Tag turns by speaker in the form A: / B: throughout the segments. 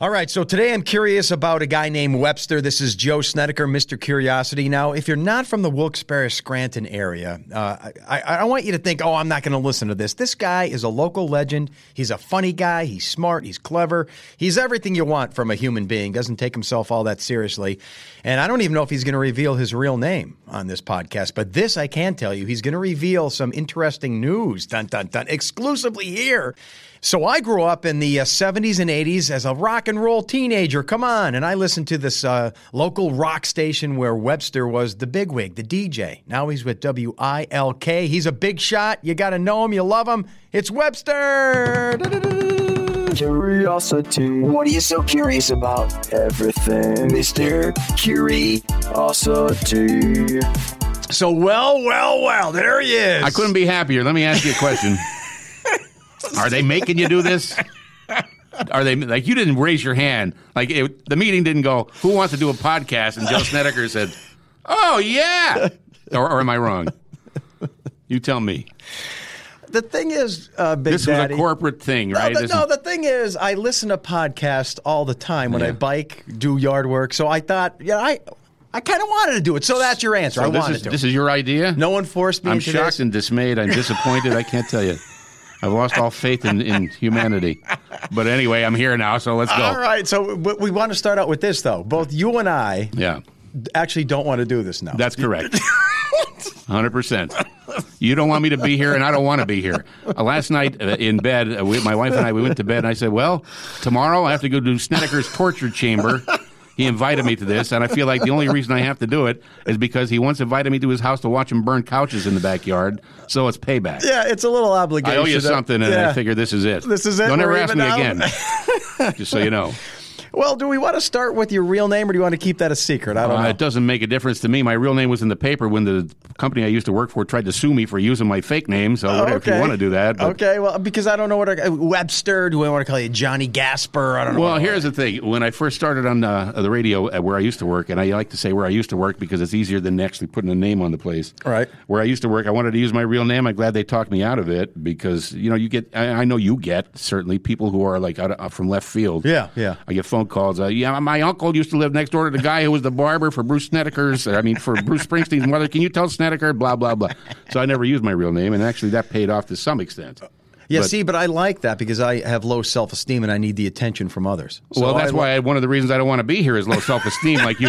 A: All right, so today I'm curious about a guy named Webster. This is Joe Snedeker, Mr. Curiosity. Now, if you're not from the Wilkes-Barre, Scranton area, uh, I, I don't want you to think, oh, I'm not going to listen to this. This guy is a local legend. He's a funny guy. He's smart. He's clever. He's everything you want from a human being. Doesn't take himself all that seriously. And I don't even know if he's going to reveal his real name on this podcast, but this I can tell you. He's going to reveal some interesting news, dun, dun, dun, exclusively here. So I grew up in the uh, 70s and 80s as a rock and roll teenager. Come on. And I listened to this uh, local rock station where Webster was the bigwig, the DJ. Now he's with WILK. He's a big shot. You got to know him. You love him. It's Webster.
B: Curiosity. What are you so curious about? Everything, Mr. Curiosity.
A: So, well, well, well, there he is.
C: I couldn't be happier. Let me ask you a question. Are they making you do this? Are they like you didn't raise your hand? Like it, the meeting didn't go. Who wants to do a podcast? And Joe Snedeker said, "Oh yeah," or, or am I wrong? You tell me.
A: The thing is, uh, Big
C: This
A: Daddy.
C: was a corporate thing, right?
A: No, the,
C: This
A: no,
C: is-
A: the thing is, I listen to podcasts all the time when I
C: Yeah.
A: bike, do yard work. So I thought, yeah, I, I kind of wanted to do it. So that's your answer. I
C: so this
A: wanted
C: is
A: to.
C: this is your idea.
A: no one forced me
C: I'm
A: into
C: shocked
A: this.
C: and dismayed. I'm disappointed. I can't tell you. I've lost all faith in, in humanity. But anyway, I'm here now, so let's go.
A: All right, so we, we want to start out with this though. Both you and I
C: Yeah,
A: actually don't want to do this now.
C: that's correct. 100%. You don't want me to be here, and I don't want to be here. Uh, last night uh, in bed, uh, we, my wife and I, we went to bed, and I said, Well, tomorrow I have to go do Snedeker's torture chamber. He invited me to this, and I feel like the only reason I have to do it is because he once invited me to his house to watch him burn couches in the backyard. So it's payback.
A: yeah, it's a little
C: I
A: obligation.
C: owe you something, and
A: yeah.
C: I figure this is it.
A: This is it,
C: Don't ever
A: we're
C: ask
A: even
C: me
A: out.
C: again. Just so you know,
A: Well, do we want to start with your real name, or do you want to keep that a secret? I don't
C: uh,
A: know.
C: it doesn't make a difference to me. My real name was in the paper when the company I used to work for tried to sue me for using my fake name. So whatever, if you want to do that. but-
A: okay. Well, because I don't know what I, Webster. Do I want to call you Johnny Gasper? I don't know.
C: Well, here's the thing. When I first started on uh, the radio at where I used to work, and I like to say where I used to work because it's easier than actually putting a name on the place.
A: Right.
C: Where I used to work, I wanted to use my real name. I'm glad they talked me out of it because, you know, you get, I, I know you get certainly people who are like out of, uh, from left field.
A: Yeah, yeah.
C: I get phone calls. Uh, yeah, my uncle used to live next door to the guy who was the barber for Bruce Snedeker's, I mean, for Bruce Springsteen's mother. Can you tell Snedeker? Blah, blah, blah. So I never used my real name, and actually that paid off to some extent.
A: Yeah,
C: But-
A: see, but I like that because I have low self esteem and I need the attention from others. So
C: well, that's
A: I,
C: why I, one of the reasons I don't want to be here is low self esteem. like you,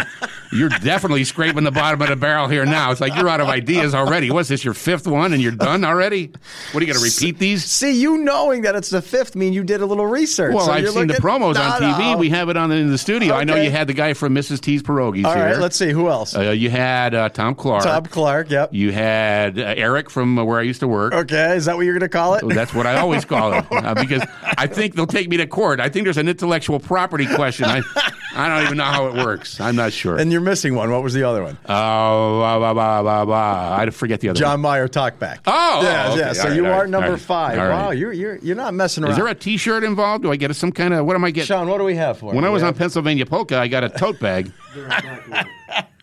C: you're definitely scraping the bottom of the barrel here now. It's like you're out of ideas already. What's this your fifth one and you're done already? What are you going to repeat these?
A: See, you knowing that it's the fifth mean you did a little research.
C: Well,
A: So
C: I've
A: you're
C: seen the
A: looking-
C: promos on
A: No,
C: TV.
A: no.
C: We have it on in the studio. I know
A: Okay.
C: you had the guy from Mrs. T's Pierogies
A: All
C: here.
A: right, let's see who else.
C: Uh, you had uh, Tom Clark.
A: Tom Clark. Yep.
C: You had uh, Eric from uh, where I used to work.
A: okay, is that what you're going to call it?
C: Oh, That's what I always call it uh, because I think they'll take me to court. I think there's an intellectual property question. I, I don't even know how it works. I'm not sure.
A: and you're missing one. What was the other one?
C: Oh, blah, blah, blah, blah, blah. I forget the other
A: John Meyer Talkback.
C: Oh,
A: yeah,
C: oh, okay.
A: yeah. So
C: All right,
A: you
C: all
A: are
C: right,
A: number
C: all right,
A: five.
C: all right.
A: Wow, you're you're you're not messing around.
C: one. Is there a t shirt involved? Do I get some kind of, what am I getting?
A: Sean? What do we have for?
C: when
A: him?
C: I was
A: We
C: on
A: have-
C: Pennsylvania Polka, I got a tote bag.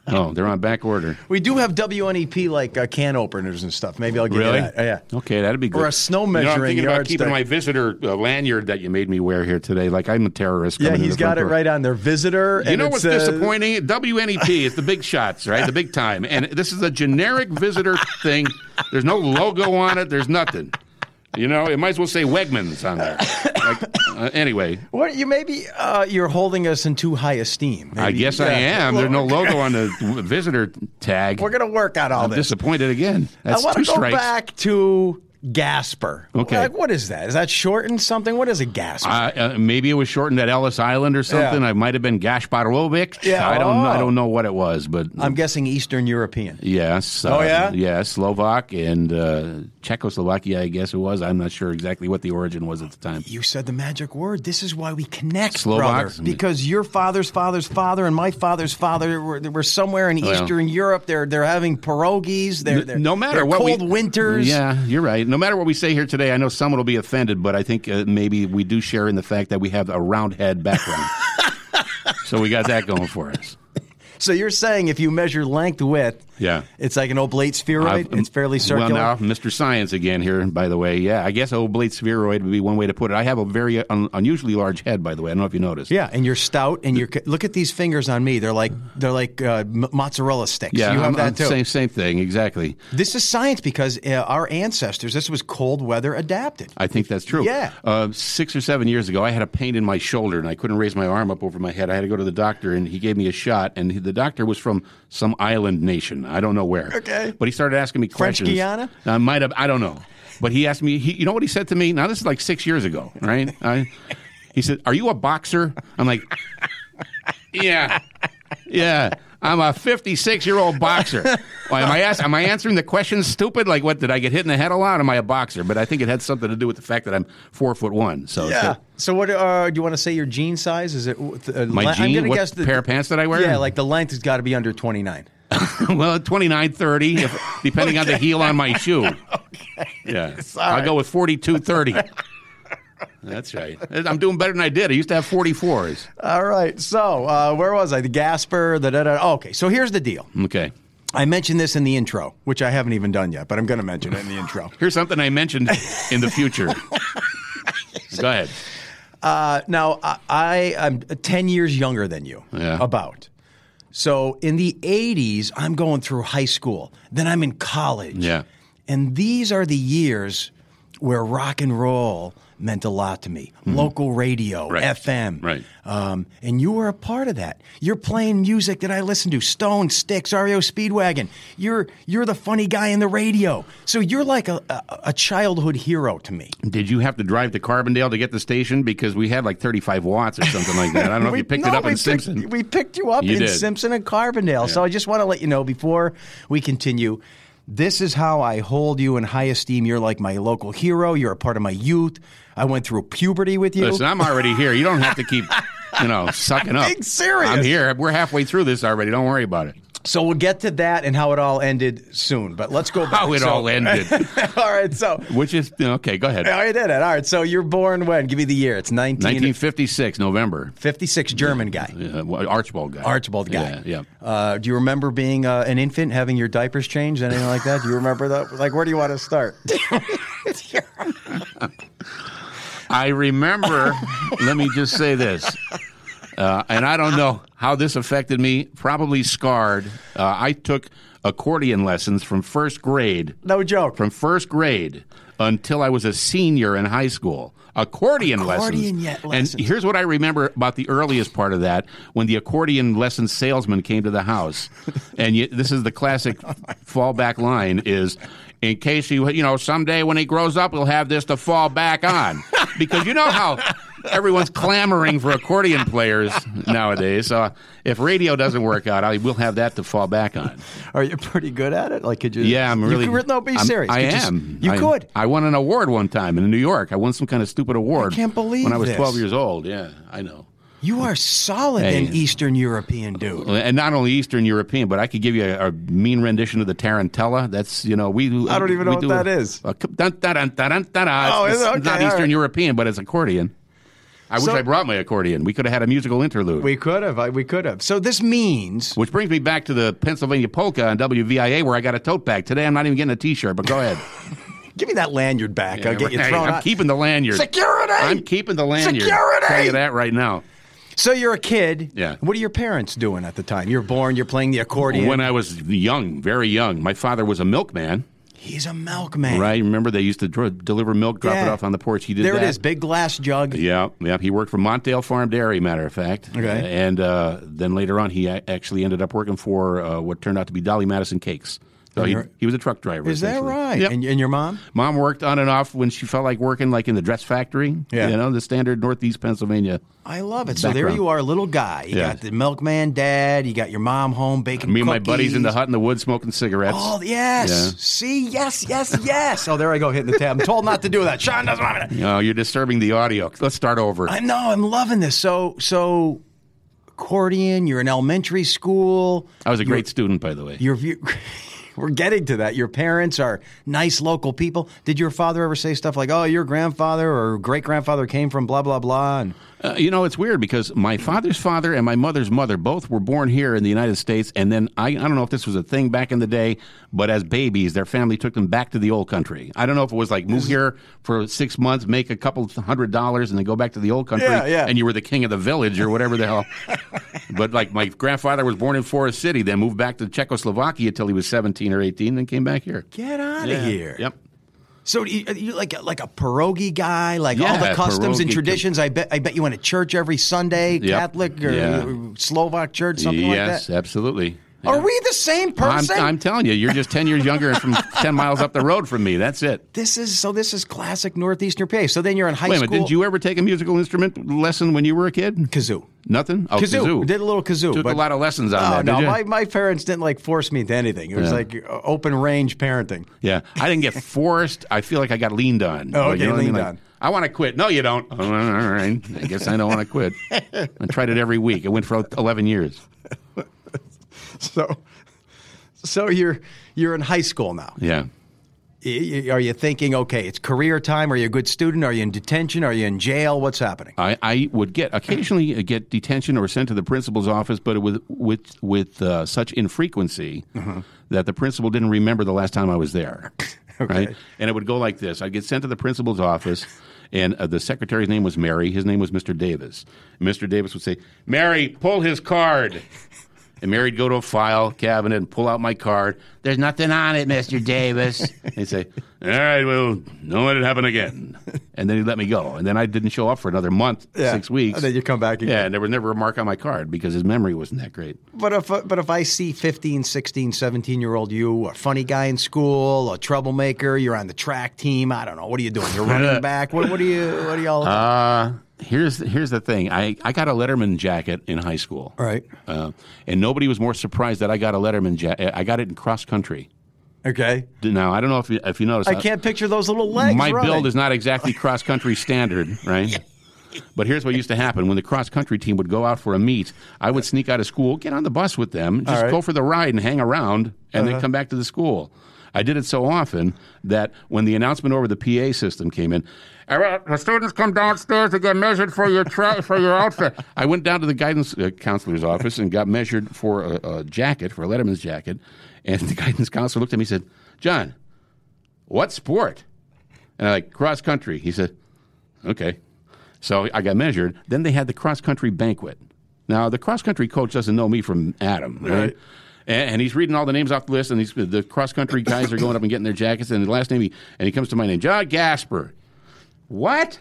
C: oh, they're on back order.
A: we do have WNEP like uh, can openers and stuff. Maybe I'll give
C: Really?
A: you that. Yeah.
C: Okay, that'd be good.
A: a snow
C: You know, I'm
A: measuring
C: thinking about keeping
A: yardstick.
C: my visitor uh, lanyard that you made me wear here today. Like I'm a terrorist.
A: Yeah,
C: coming in
A: he's
C: the
A: got
C: front
A: it
C: door.
A: right on there. Visitor.
C: You
A: and
C: know
A: it
C: what's
A: says-
C: disappointing? WNEP is the big shots, right? The big time. And this is a generic visitor thing. There's no logo on it. There's nothing. You know, it might as well say Wegmans on there. Like, uh, anyway,
A: What you maybe uh, you're holding us in too high esteem. Maybe,
C: I guess I
A: yeah.
C: am. There's no logo on the w- visitor tag.
A: We're gonna work out all
C: I'm
A: this.
C: disappointed again.
A: I
C: That's
A: want
C: two
A: to go
C: strikes.
A: back to Gasper.
C: Okay.
A: Like, what is that? Is that shortened something? What is a Gasper?
C: Uh, uh, maybe it was shortened at Ellis Island or something.
A: Yeah.
C: I might have been Gashparovich.
A: Yeah,
C: I don't know. I
A: oh.
C: don't know what it was, but
A: I'm guessing Eastern European.
C: Yes.
A: Oh,
C: uh,
A: yeah?
C: Yeah, Slovak and uh, Czechoslovakia, I guess it was. I'm not sure exactly what the origin was at the time.
A: You said the magic word. This is why we connect,
C: Slovaks.
A: brother. Because your father's father's father and my father's father were, were somewhere in
C: Well.
A: Eastern Europe. They're they're having pierogies. They're, they're
C: no matter
A: they're
C: what we-
A: cold winters.
C: Yeah, you're right. No matter what we say here today, I know someone will be offended, but I think uh, maybe we do share in the fact that we have a round head background. so we got that going for us.
A: So you're saying if you measure length width,
C: Yeah.
A: it's like an oblate spheroid.
C: I've- mm,
A: it's fairly circular.
C: Well, now, Mr. Science again here, by the way. Yeah, I guess oblate spheroid would be one way to put it. I have a very un- unusually large head, by the way. I don't know if you noticed.
A: Yeah, and you're stout, and you're. Look at these fingers on me. They're like they're like uh, m- mozzarella sticks.
C: Yeah,
A: you have
C: I'm-
A: that
C: I'm
A: too.
C: Same, same thing, exactly.
A: This is science because uh, our ancestors. This was cold weather adapted.
C: I think that's true.
A: Yeah.
C: Uh, six or seven years ago, I had a pain in my shoulder and I couldn't raise my arm up over my head. I had to go to the doctor and he gave me a shot. And he, the doctor was from some island nation. I don't know where.
A: Okay.
C: But he started asking me
A: French
C: questions.
A: Guiana?
C: I might have. I don't know. But he asked me. He, you know what he said to me? Now this is like six years ago, right? I, he said, "Are you a boxer?" I'm like, "Yeah, yeah." I'm a 56 year old boxer. Why, am I ask, Am I answering the question stupid? Like, what did I get hit in the head a lot? Am I a boxer? But I think it had something to do with the fact that I'm four foot one. So it's a-
A: So what uh, do you want to say? Your jean size is it? Uh,
C: my
A: le- I'm
C: jean,
A: gonna
C: what
A: guess the,
C: pair of pants that I wear?
A: Yeah, like the length has got to be under 29.
C: well, 29, 30, if, depending on the heel on my shoe. Yeah. I'll go with 42, 30. That's right. I'm doing better than I did. I used to have 44s.
A: All right. So uh, where was I? The Gasper. The da, da, da. Okay. So here's the deal.
C: Okay.
A: I mentioned this in the intro, which I haven't even done yet, but I'm going to mention it in the intro.
C: Here's something I mentioned in the future. go ahead.
A: Uh, now I, I am 10 years younger than you.
C: Yeah.
A: About. So in the 80s, I'm going through high school. Then I'm in college.
C: Yeah.
A: And these are the years where rock and roll meant a lot to me. Local radio,
C: Mm-hmm. Right.
A: FM.
C: Right.
A: Um, and you were a part of that. You're playing music that I listen to Stone, Sticks, REO Speedwagon. You're, you're the funny guy in the radio. So you're like a, a, a childhood hero to me.
C: Did you have to drive to Carbondale to get the station? Because we had like 35 watts or something like that. I don't know if you picked it
A: no,
C: up
A: we
C: in
A: picked-
C: Simpson.
A: We picked you up
C: You
A: in
C: did.
A: Simpson and Carbondale. So I just want to let you know before we continue. This is how I hold you in high esteem. You're like my local hero. You're a part of my youth. I went through puberty with you.
C: Listen, I'm already here. You don't have to keep, you know, sucking up.
A: Being serious.
C: I'm here. We're halfway through this already. Don't worry about it.
A: So we'll get to that and how it all ended soon. But let's go back.
C: How it
A: So-
C: all ended.
A: all right. So
C: Which is okay. Go ahead.
A: I did it. All right. So you're born when? Give me the year. It's 1956.
C: 1956, November.
A: German guy.
C: Uh, well, Archibald guy.
A: Archibald guy.
C: Yeah. yeah.
A: Uh, do you remember being uh, an infant, having your diapers changed, anything like that? Do you remember that? Like, where do you want to start?
C: I remember. let me just say this, uh, and I don't know how this affected me. Probably scarred. Uh, I took accordion lessons from first grade.
A: No joke.
C: from first grade until I was a senior in high school. Accordion,
A: Accordion
C: lessons.
A: yet
C: And
A: lessons.
C: here's what I remember about the earliest part of that when the accordion lesson salesman came to the house. and you, this is the classic
A: Oh
C: fallback line is in case he you know someday when he grows up he'll have this to fall back on because you know how everyone's clamoring for accordion players nowadays. So if radio doesn't work out, I will have that to fall back on.
A: Are you pretty good at it? Like, could you?
C: Yeah, I'm
A: you
C: really.
A: could- no, be
C: I'm-
A: serious.
C: I
A: You just-
C: am.
A: you
C: I-
A: could.
C: I won an award one time in New York. I won some kind of stupid award.
A: can't believe
C: when I was
A: this.
C: 12 years old. Yeah, I know.
A: You are solid
C: Hey.
A: in Eastern European, dude.
C: And not only Eastern European, but I could give you a, a mean rendition of the Tarantella. That's you know we.
A: I don't even know what that is.
C: Oh,
A: Oh,
C: it's,
A: is it?
C: it's
A: Okay,
C: not
A: all
C: Eastern
A: right.
C: European, but it's accordion. I
A: So-
C: wish I brought my accordion. We could have had a musical interlude.
A: We could have. I- We could have. So this means
C: which brings me back to the Pennsylvania polka on WVIA, where I got a tote bag today. I'm not even getting a T-shirt, but go ahead.
A: give me that lanyard back. I'll get you
C: Hey,
A: thrown
C: I'm
A: out.
C: keeping the lanyard.
A: Security.
C: I'm keeping the lanyard.
A: Security!
C: Tell you that right now.
A: so you're a kid.
C: Yeah.
A: What are your parents doing at the time? You're born. You're playing the accordion.
C: When I was young, very young, my father was a milkman.
A: He's a milkman.
C: Right? Remember, they used to dr- deliver milk, drop it
A: Yeah.
C: off on the porch. He did
A: There
C: that.
A: it is. Big glass jug.
C: Yeah, yeah. He worked for Montdale Farm Dairy, matter of fact.
A: Okay.
C: and uh, then later on, he a- actually ended up working for uh, what turned out to be Dolly Madison Cakes. So he,
A: you're-
C: he was a truck driver.
A: Is that
C: essentially.
A: right?
C: Yep.
A: And, and your mom?
C: Mom worked on and off when she felt like working, like in the dress factory.
A: Yeah.
C: You know, the standard Northeast Pennsylvania.
A: I love it. So there
C: Background.
A: you are, little guy. You
C: Yeah.
A: got the milkman dad. You got your mom home baking.
C: Me and my buddies in the
A: cookies.
C: hut in the woods smoking cigarettes.
A: Oh yes.
C: Yeah.
A: See, yes, yes, yes. Oh, there I go hitting the tab. I'm told not to do that. Sean doesn't want me to.
C: Oh, you're disturbing the audio. Let's start over.
A: I know. I'm loving this. So, so accordion. You're in elementary school.
C: I was a great student, by the way.
A: You're, you We're getting to that. Your parents are nice local people. Did your father ever say stuff like, "Oh, your grandfather or great grandfather came from blah blah blah"? And
C: Uh, you know, it's weird because my father's father and my mother's mother both were born here in the United States, and then I, I don't know if this was a thing back in the day, but as babies, their family took them back to the old country. I don't know if it was like move here for six months, make a couple hundred dollars, and then go back to the old country,
A: Yeah, yeah.
C: and you were the king of the village or whatever the hell. but like my grandfather was born in Forest City, then moved back to Czechoslovakia till he was seventeen or eighteen, then came back here.
A: get out of
C: Yeah.
A: here.
C: Yep.
A: So you, you like like a pierogi guy, like all the
C: Yeah,
A: customs and
C: pierogi.
A: traditions. I bet I bet you went to church every Sunday,
C: Yep.
A: Catholic or
C: Yeah.
A: Slovak church, something
C: yes,
A: like that.
C: absolutely.
A: Are we the same
C: I'm,
A: person?
C: I'm telling you, you're just 10 years younger and from 10 miles up the road from me. That's it.
A: this is so. This is classic northeastern PA. So then you're in high
C: Wait a
A: school.
C: minute, did you ever take a musical instrument lesson when you were a kid?
A: kazoo?
C: Nothing? Oh,
A: Kazoo.
C: kazoo.
A: Did a little kazoo.
C: Took
A: but
C: a lot of lessons on
A: Oh,
C: that,
A: no,
C: did you?
A: my, my parents didn't like force me into anything. It was
C: Yeah.
A: like uh, open range parenting.
C: yeah. I didn't get forced. I feel like I got leaned on.
A: Oh,
C: Like,
A: okay,
C: what I
A: leaned
C: Like,
A: on.
C: I want to quit. No, you don't. Oh, All right. I guess I don't want to quit. I tried it every week. It went for 11 years.
A: So, so you're you're in high school now.
C: Yeah.
A: Y- y- Are you thinking, okay, it's career time? Are you a good student? Are you in detention? Are you in jail? What's happening?
C: I, I would get occasionally uh, get detention or sent to the principal's office, but with with with uh, such infrequency that the principal didn't remember the last time I was there. Right, and it would go like this: I'd get sent to the principal's office, and uh, the secretary's name was Mary. His name was Mr. Davis. Mr. Davis would say, "Mary, pull his card." And Mary'd go to a file cabinet and pull out my card. There's nothing on it, Mr. Davis. and he'd say, All right, well, don't let it happen again. And then he'd let me go. And then I didn't show up for another month,
A: Yeah.
C: Uh, six weeks.
A: And then you come back again.
C: Yeah, and there was never a mark on my card because his memory wasn't that great.
A: But if but if I see 15, 16, 17 year old you, a funny guy in school, a troublemaker, you're on the track team. I don't know. What are you doing? You're running back. What what are you? What are y'all?
C: Uh, here's, here's the thing I, I got a Letterman jacket in high school.
A: All right.
C: Uh, and nobody was more surprised that I got a Letterman jacket. I got it in cross country.
A: Okay.
C: Now, I don't know if you, if you noticed.
A: I can't picture those little legs.
C: uh, my
A: running.
C: build is not exactly cross country standard, right? But here's what used to happen when the cross country team would go out for a meet, I would sneak out of school, get on the bus with them, just
A: right.
C: go for the ride and hang around, and then come back to the school. I did it so often that when the announcement over the PA system came in, all right, the students come downstairs to get measured for your tra- for your outfit. I went down to the guidance uh, counselor's office and got measured for a, a jacket, for a Letterman's jacket, and the guidance counselor looked at me and said, "John, what sport?" And I like cross country. He said, okay. So I got measured. Then they had the cross country banquet. Now the cross country coach doesn't know me from Adam, right? And, and he's reading all the names off the list, and he's, the cross country guys are going up and getting their jackets. And the last name, he, and he comes to my name, John Gasper. What?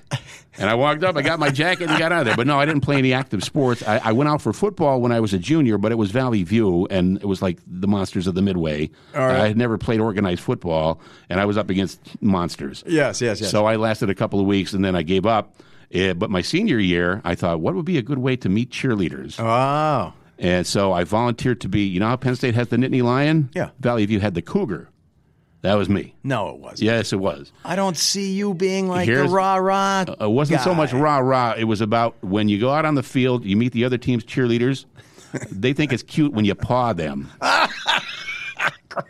C: And I walked up, I got my jacket, and got out of there. But no, I didn't play any active sports. I, I went out for football when I was a junior, but it was Valley View, and it was like the monsters of the Midway. I had never played organized football, and I was up against monsters.
A: Yes, yes, yes.
C: So I lasted a couple of weeks and then I gave up. Eh, but my senior year, I thought, what would be a good way to meet cheerleaders?
A: Oh. Wow.
C: And so I volunteered to be, you know how Penn State has the Nittany Lion?
A: Yeah.
C: Valley View had the Cougar. That was me.
A: No, it wasn't.
C: Yes, it was.
A: I don't see you being like the
C: Here's-
A: rah rah.
C: It wasn't so much rah rah. It was about when you go out on the field, you meet the other team's cheerleaders. they think it's cute when you paw them.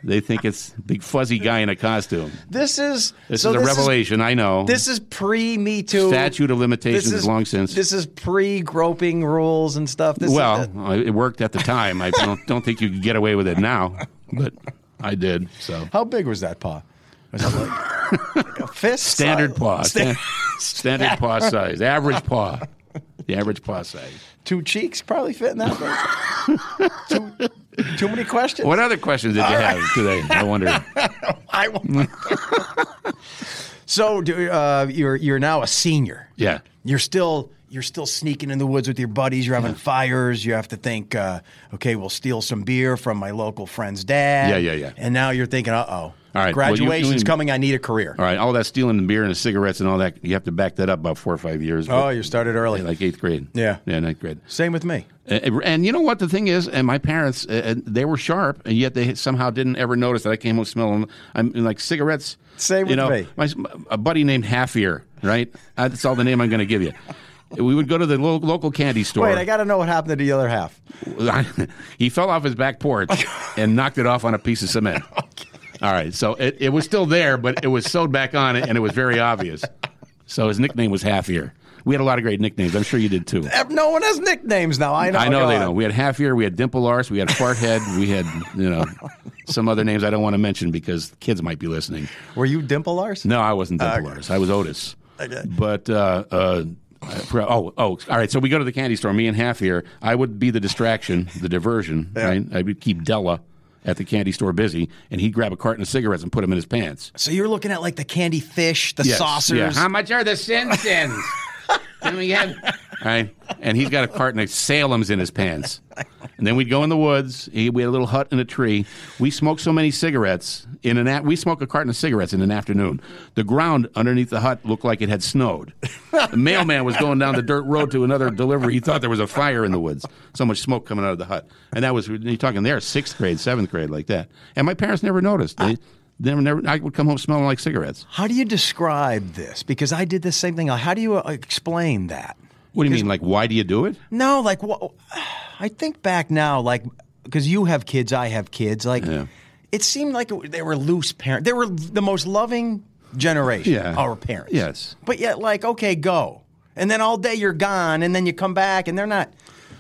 C: they think it's big fuzzy guy in a costume.
A: This is
C: This
A: so
C: is a
A: this
C: revelation. I know.
A: this is pre Me Too.
C: statute of
A: This
C: limitations
A: is
C: is long since.
A: This is pre groping rules and stuff. This
C: well,
A: is
C: I- it worked at the time. I don't, don't think you could get away with it now, but I did. So
A: how big was that paw? Was it like, like a fist?
C: standard
A: size?
C: paw,
A: Sta-
C: Stan- standard paw size, average paw, the average paw size.
A: two cheeks probably fit in that. thing. too, too many questions.
C: What other questions did you
A: Uh,
C: have today? I wonder.
A: I won't. so do, uh, you're you're now a senior.
C: Yeah.
A: You're still you're still sneaking in the woods with your buddies. You're having fires. You have to think, uh, okay, we'll steal some beer from my local friend's dad.
C: Yeah, yeah, yeah.
A: And now you're thinking, uh oh,
C: All right, well, you-
A: graduation's
C: you-
A: coming. I need a career.
C: All right. All that stealing the beer and the cigarettes and all that, you have to back that up about four or five years.
A: Oh, you started early.
C: like eighth grade.
A: Yeah.
C: Yeah, ninth grade.
A: Same with me.
C: And, Uh, and you know what the thing is, and my parents, uh, and they were sharp, and yet they somehow didn't ever notice that I came home smelling. I'm like cigarettes.
A: Same with
C: you know,
A: me.
C: My, a buddy named Half Ear, right? Uh, That's all the name I'm going to give you. We would go to the lo- local candy store.
A: Wait, I got to know what happened to the other half.
C: he fell off his back porch and knocked it off on a piece of cement. All right. So it, it was still there, but it was sewed back on and it was very obvious. So his nickname was Half Ear. We had a lot of great nicknames. I'm sure you did too.
A: Eh, No one has nicknames now. I know.
C: I know they
A: God.
C: don't. We had Half Ear, we had Dimple Arse, we had Fart Head, we had, you know, some other names I don't want to mention because kids might be listening.
A: Were you Dimple Lars?
C: No, I wasn't Dimple Arse. I was Otis.
A: Okay.
C: But, uh, uh, I forgot- oh, oh, all right. So we go to the candy store, me and Half Ear. I would be the distraction, the diversion, right? I would keep Della at the candy store busy, and he'd grab a carton of cigarettes and put them in his pants.
A: So you're looking at like the candy fish, the
C: Yes,
A: saucers.
C: yeah. How much are the Sin Sins? Can we have? Right, and he's got a carton of Salem's in his pants. And then we'd go in the woods. He, we had a little hut in a tree. We smoked so many cigarettes in an. a- We smoked a carton of cigarettes in an afternoon. The ground underneath the hut looked like it had snowed. The mailman was going down the dirt road to another delivery. He thought there was a fire in the woods. So much smoke coming out of the hut. And that was you're talking there sixth grade, seventh grade, like that. And my parents never noticed. They, they never. I would come home smelling like cigarettes.
A: How do you describe this? Because I did the same thing. How do you uh, explain that?
C: What do you mean? Like, why do you do it?
A: No, like wha- I think back now, like because you have kids, I have kids. Like it seemed like it, they were loose parents. They were the most loving generation.
C: Yeah.
A: our parents.
C: Yes.
A: but yet like okay, go, and then all day you're gone, and then you come back, and they're not.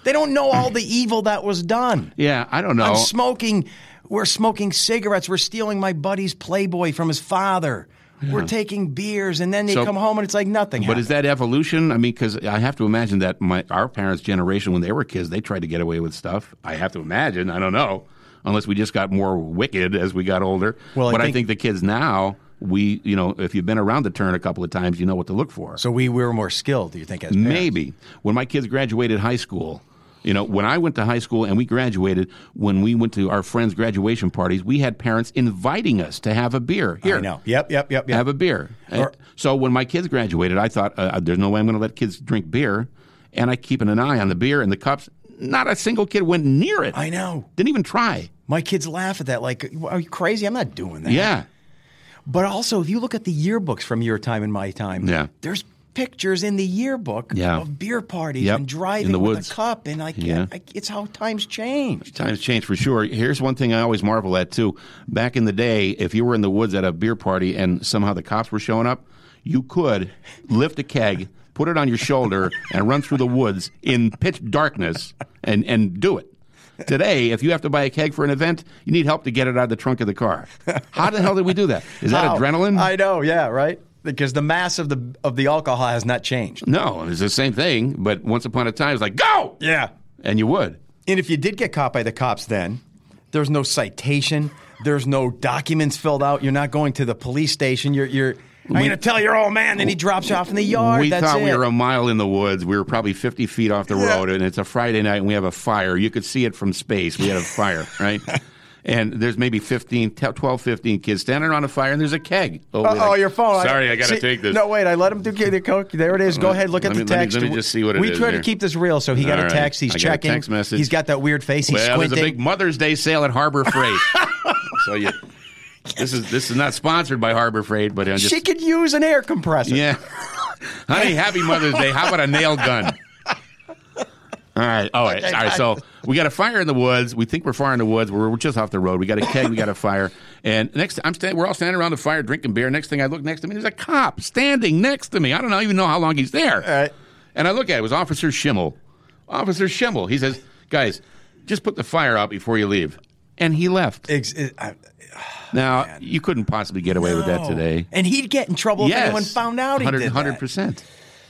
A: They don't know all the evil that was done.
C: Yeah, I don't know.
A: I'm smoking. We're smoking cigarettes. We're stealing my buddy's Playboy from his father. We're taking beers, and then they
C: So-
A: come home and it's like nothing.
C: but
A: happened.
C: is that evolution? I mean, because I have to imagine that my our parents' generation, when they were kids, they tried to get away with stuff. I have to imagine. I don't know, unless we just got more wicked as we got older.
A: Well, I
C: but I
A: think-
C: think the kids now, we, you know, if you've been around the turn a couple of times, you know what to look for.
A: so we, we were more skilled. Do you think as parents?
C: Maybe when my kids graduated high school, you know, when I went to high school and we graduated, when we went to our friends' graduation parties, we had parents inviting us to have a beer. Here,
A: I know. Yep, yep, yep, yep.
C: have a beer.
A: Or-
C: so when my kids graduated, I thought uh, there's no way I'm going to let kids drink beer, and I keeping an eye on the beer and the cups. Not a single kid went near it.
A: I know.
C: Didn't even try.
A: My kids laugh at that. Like, are you crazy? I'm not doing that.
C: Yeah.
A: But also, if you look at the yearbooks from your time and my time,
C: Yeah.
A: there's pictures in the yearbook
C: Yeah.
A: of beer parties
C: Yep.
A: and driving
C: In the
A: with
C: woods.
A: a cup, and I, can't,
C: Yeah.
A: I it's how times changed.
C: Times change for sure. Here's one thing I always marvel at too. Back in the day, if you were in the woods at a beer party and somehow the cops were showing up, you could lift a keg, put it on your shoulder, and run through the woods in pitch darkness and, and do it. Today, if you have to buy a keg for an event, you need help to get it out of the trunk of the car. How the hell did we do that? Is that
A: How?
C: adrenaline?
A: I know. Yeah, right. Because the mass of the of the alcohol has not changed.
C: no, it's the same thing, but once upon a time, it's like, go!
A: Yeah.
C: And you would.
A: And if you did get caught by the cops, then there's no citation. There's no documents filled out. You're not going to the police station. You're you're. I'm going to tell your old man, and he drops you off in the yard.
C: We
A: That's
C: thought we
A: it.
C: were a mile in the woods. We were probably 50 feet off the road, and it's a Friday night, and we have a fire. You could see it from space. We had a fire, right? And there's maybe 15, 12, 15 kids standing around a fire, and there's a keg. Oh,
A: Uh, oh, your phone.
C: Sorry, I got to
A: see-
C: take this.
A: No, wait. I let him do the coke. There it is. Go
C: Let-
A: ahead. Look at
C: let
A: the
C: me- let me-
A: text.
C: let me just see what it
A: we
C: is
A: try
C: here.
A: to keep this real. So he got
C: All
A: a
C: right.
A: text. He's
C: I got a
A: checking.
C: text message.
A: He's got that weird face. He's
C: well, there's a
A: squinting.
C: big Mother's Day sale at Harbor Freight. so you, this is this is not sponsored by Harbor Freight, but I'm just
A: she could use an air compressor.
C: Yeah. Honey, happy Mother's Day. How about a nail gun? All right. All right. All right. So we got a fire in the woods. We think we're far in the woods. We're, we're just off the road. We got a keg. We got a fire. And next, I'm standing. We're all standing around the fire drinking beer. Next thing I look next to me, there's a cop standing next to me. I don't know, even know how long he's there.
A: All right.
C: And I look at it. It was Officer Schimmel. Officer Schimmel. He says, "Guys, just put the fire out before you leave." And he left.
A: Ex- it- I-
C: now you couldn't possibly get away with that
A: no.
C: today.
A: And he'd get in trouble if anyone found out he
C: 100,
A: did that.
C: 100%.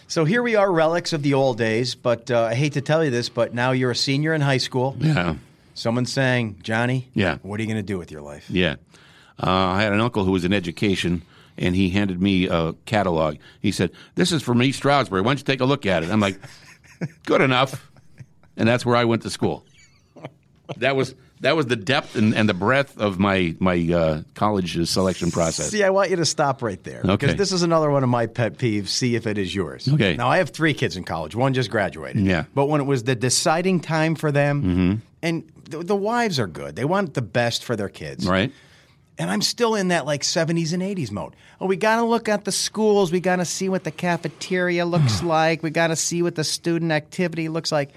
A: So here we are, relics of the old days. But uh, I hate to tell you this, but now you're a senior in high school.
C: Yeah.
A: Someone's saying, Johnny,
C: Yeah.
A: what are you going to do with your life?
C: Yeah. Uh, I had an uncle who was in education, and he handed me a catalog. He said, This is from East Stroudsbury. Why don't you take a look at it? I'm like, Good enough. And that's where I went to school. That was that was the depth and, and the breadth of my my uh, college selection process.
A: See, I want you to stop right there
C: Okay.
A: because this is another one of my pet peeves. See if it is yours.
C: Okay.
A: Now I have three kids in college. One just graduated.
C: Yeah. Mm-hmm.
A: But when it was the deciding time for them, and the, the wives are good. They want the best for their kids.
C: Right?
A: And I'm still in that like 70s and 80s mode. Oh, we got to look at the schools. We got to see what the cafeteria looks like. We got to see what the student activity looks like.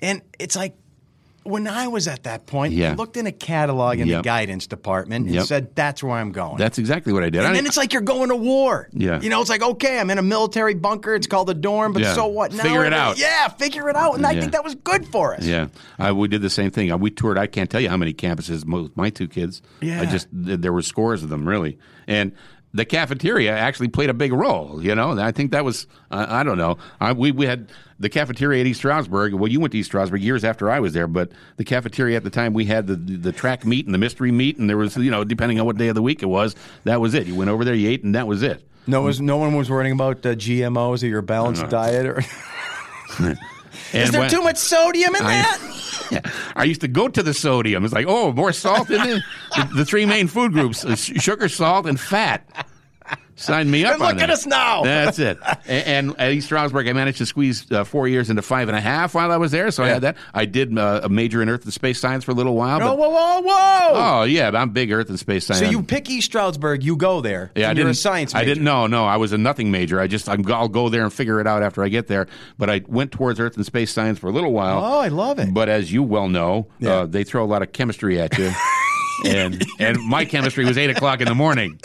A: And it's like when I was at that point,
C: Yeah.
A: I looked in a catalog in
C: Yep.
A: the guidance department and
C: Yep.
A: said, "That's where I'm going."
C: That's exactly what I e- did. I
A: and
C: didn't-
A: then it's like you're going to war.
C: Yeah.
A: You know, it's like, okay, I'm in a military bunker. It's called a dorm, but
C: Yeah.
A: so what? Now
C: Figure it
A: we're-
C: out.
A: Yeah, figure it out. And I
C: Yeah.
A: think that was good for us.
C: Yeah, I, we did the same thing. Uh, We toured. I can't tell you how many campuses. Most, my two kids.
A: Yeah.
C: I just th- there were scores of them really, and the cafeteria actually played a big role. You know, and I think that was I I don't know. I, we we had the cafeteria at East Stroudsburg. Well, you went to East Stroudsburg years after I was there, but the cafeteria at the time we had the the track meet and the mystery meet, and there was you know depending on what day of the week it was, that was it. You went over there, you ate, and that was it.
A: No, was, no one was worrying about uh, GMOs or your balanced diet. Or
C: And
A: is there
C: when-
A: too much sodium in
C: I-
A: that?
C: Yeah. I used to go to the sodium. It's like, oh, more salt in it. the, the three main food groups: uh, sh- sugar, salt, and fat. Sign me up.
A: Look
C: on
A: at
C: that.
A: us now.
C: That's it. And, and at East Stroudsburg, I managed to squeeze uh, four years into five and a half while I was there. So I had that. I did uh, a major in Earth and Space Science for a little while.
A: whoa,
C: but-
A: whoa, whoa, whoa.
C: oh yeah, I'm big Earth and Space Science.
A: so you pick East Stroudsburg, you go there.
C: Yeah,
A: and
C: I
A: you're
C: didn't.
A: a science major.
C: I didn't. No, no, I was a nothing major. I just I'm, I'll go there and figure it out after I get there. But I went towards Earth and space science for a little while.
A: Oh, I love it.
C: But as you well know,
A: Yeah.
C: uh, they throw a lot of chemistry at you, and and my chemistry was eight o'clock in the morning.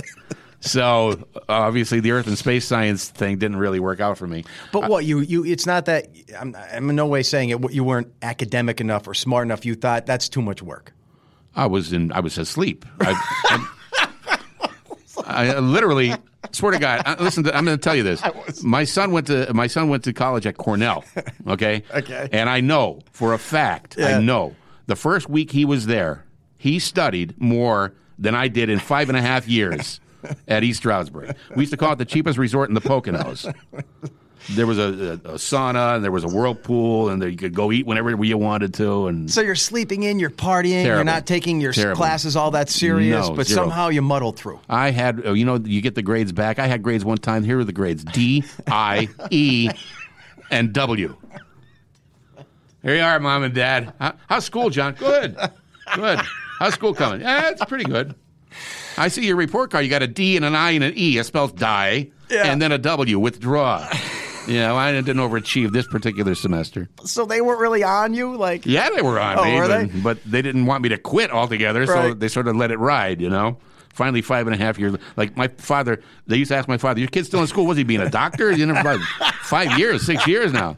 C: So uh, obviously, the Earth and space science thing didn't really work out for me.
A: But what you you it's not that I'm, I'm in no way saying it. You weren't academic enough or smart enough. You thought that's too much work.
C: I was in. I was asleep. I, I, I literally swear to God. I, listen, to, I'm going to tell you this. My son went to my son went to college at Cornell. Okay.
A: Okay.
C: And I know for a fact.
A: Yeah.
C: I know the first week he was there, he studied more than I did in five and a half years at East Stroudsburg. We used to call it the cheapest resort in the Poconos there was a, a, a sauna and there was a whirlpool and there, you could go eat whenever you wanted to and
A: So you're sleeping in, you're partying, you're
C: Terrible.
A: not taking your s-
C: Terrible.
A: classes all that serious,
C: No,
A: but
C: zero.
A: somehow you muddle through.
C: I had oh, you know you get the grades back. I had grades one time. Here were the grades: D, I, E, and W. Here you are, mom and dad. How, how's school, John? Good, good. How's school coming? Yeah, it's pretty good. I see your report card. You got a D and an I and an E. It spells die,
A: Yeah.
C: and then a W. Withdraw. You know, I didn't overachieve this particular semester.
A: So they weren't really on you, like
C: Yeah, they were on
A: Oh,
C: me,
A: were
C: but,
A: they?
C: but they didn't want me to quit altogether, so
A: Right.
C: they sort of let it ride, you know. Finally, five and a half years. Like my father, they used to ask my father, "Your kid's still in school? Was he being a doctor?" You know, five, five years, six years now,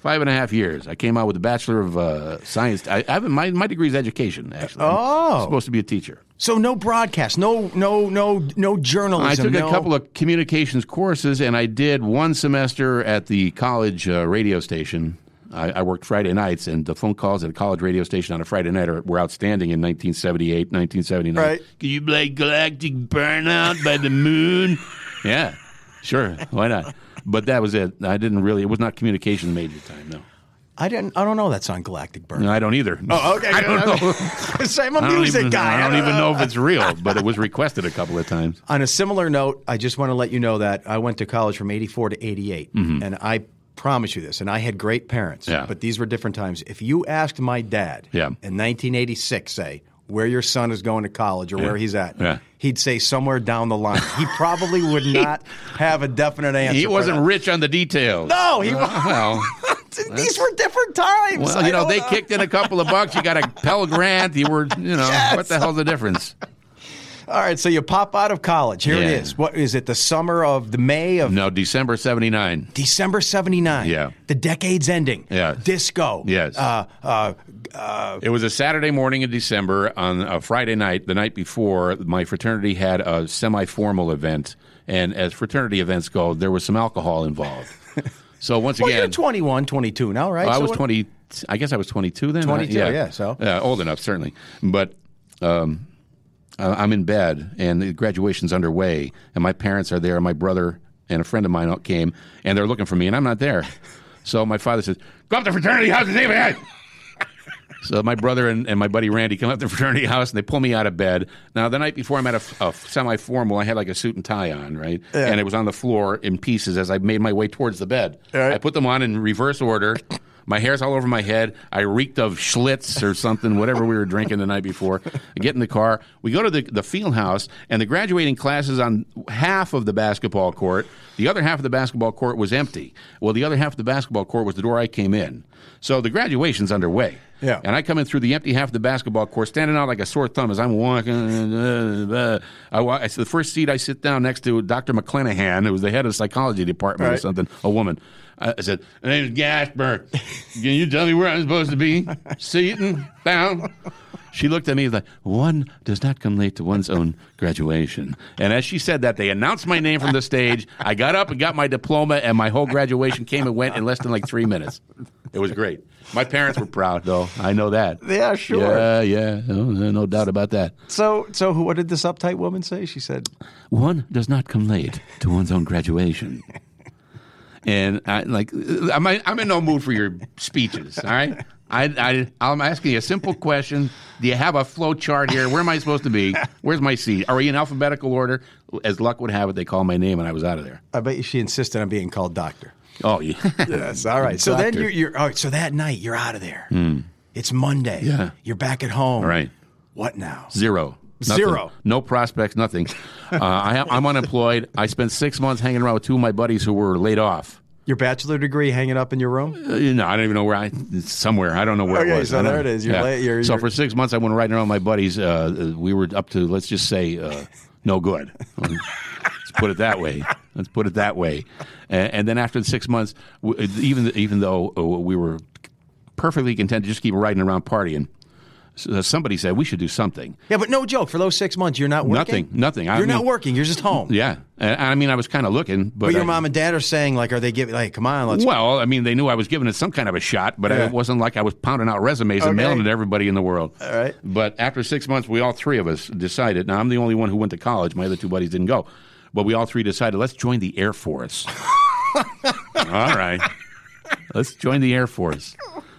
C: five and a half years. I came out with a bachelor of uh, science. I, I haven't. My my degree is education. Actually, I'm
A: Oh.
C: supposed to be a teacher.
A: so no broadcast, no no no no journalism.
C: I took
A: no,
C: a couple of communications courses, and I did one semester at the college uh, radio station. I, I worked Friday nights, and the phone calls at a college radio station on a Friday night are, were outstanding in 1978, 1979.
A: Right.
C: Can you play Galactic Burnout by the Moon? yeah, sure. Why not? But that was it. I didn't really. It was not communication major time. No,
A: I didn't I don't know that's on Galactic Burn.
C: no I don't either.
A: Oh, okay.
C: I don't know.
A: So I'm a
C: I don't
A: music
C: even-
A: guy.
C: I don't even know if it's real, but it was requested a couple of times.
A: On a similar note, I just want to let you know that I went to college from 84 to 88, and I promise you this, and I had great parents,
C: Mm-hmm. Yeah.
A: but these were different times. If you asked my dad
C: Yeah.
A: in 1986, say, where your son is going to college or where he's at,
C: Yeah.
A: he'd say somewhere down the line. He probably would not have a definite answer.
C: He
A: for
C: wasn't
A: that.
C: rich on the details.
A: No, he wasn't.
C: Well,
A: These were different times.
C: well,
A: I
C: you know,
A: don't
C: they kicked in a couple of bucks. You got a Pell Grant. You were, you know,
A: Yes.
C: what the hell's the difference?
A: All right, so you pop out of college. Here it
C: Yeah.
A: is. What is it? The summer of the May of
C: No, December 79.
A: December 79.
C: Yeah.
A: The decade's ending.
C: Yeah.
A: Disco.
C: Yes.
A: Uh, uh,
C: It was a Saturday morning in December. On a Friday night, the night before, my fraternity had a semi formal event. And as fraternity events go, there was some alcohol involved. So once
A: well, you're
C: again,
A: 21, 22 now, right?
C: I
A: So
C: was
A: what-
C: 20. I guess I was 22 then.
A: 22, yeah, so.
C: yeah, old enough certainly. But um, I- I'm in bed, and the graduation's underway, and my parents are there, and my brother and a friend of mine all came, and they're looking for me, and I'm not there. So my father says, "Go up to fraternity house and see if I had." So my brother and, and my buddy Randy come up to the fraternity house and they pull me out of bed. Now the night before I'm at a, semi formal, I had like a suit and tie on, right? And it was on the floor in pieces as I made my way towards the bed. I put them on in reverse order. My hair's all over my head. I reeked of Schlitz or something, whatever we were drinking the night before. I get in the car. We go to the, the field house, and the graduating class is on half of the basketball court. The other half of the basketball court was empty. Well, the other half of the basketball court was the door I came in. So the graduation's underway.
A: Yeah.
C: And I come in through the empty half of the basketball court, standing out like a sore thumb as I'm walking. uh, uh, I, wa- it's the first seat I sit down next to Dr. McClanahan, who was the head of the psychology department or
A: Right.
C: something, a woman. I I said, "My name is Gasper. Can you tell me where I'm supposed to be? Sitting down." She looked at me like, "One does not come late to one's own graduation." And as she said that, they announced my name from the stage. I got up and got my diploma, and my whole graduation came and went in less than like three minutes. It was great. My parents were proud, though. I know that.
D: Yeah, sure.
C: Yeah, yeah, no, no doubt about that.
D: So, so who- what did this uptight woman say? She said,
C: one does not come late to one's own graduation. And I like I'm I'm in no mood for your speeches. All right, I, I I'm asking you a simple question. Do you have a flow chart here? Where am I supposed to be? Where's my seat? Are we in alphabetical order? As luck would have it, they call my name and I was out of there.
A: I bet you she insisted on being called doctor.
C: Oh yeah,
A: Yes. All right. So then
C: Doctor. Hmm.
A: you're, you're all right. So that night you're out of there. It's Monday.
C: Yeah.
A: You're back at home.
C: All right.
A: What now?
C: zero. Nothing.
A: Zero.
C: No prospects. Nothing. Uh, I, I'm unemployed. I spent six months hanging around with two of my buddies who were laid off.
A: Your bachelor degree hanging up in your room?
C: Uh, no, I don't even know where I. It's somewhere I don't know where
A: Okay,
C: it was.
A: so
C: I don't-
A: there it is. You're la- you're-
C: so
A: you're-
C: for six months, I went riding around with my buddies. Uh, uh, we were up to let's just say uh, no good. Um, let's put it that way. Let's put it that way. And, and then after the six months, w- even even though uh, we were perfectly content to just keep riding around partying, so somebody said we should do something.
A: Yeah, but no joke. For those six months, you're not working.
C: Nothing. Nothing. I
A: You're not
C: mean-
A: working. You're just home.
C: Yeah, and, I mean I was kind of looking, but,
A: But your
C: I-
A: mom and dad are saying, like, are they giving, like, come on, let's.
C: Well, I mean, they knew I was giving it some kind of a shot, but I-
A: Yeah.
C: it wasn't like I was pounding out resumes and
A: Okay.
C: mailing it to everybody in the world. All
A: right.
C: But after six months, we all three of us decided. Now I'm the only one who went to college. My other two buddies didn't go, but we all three decided let's join the Air Force. all right, let's join the Air Force.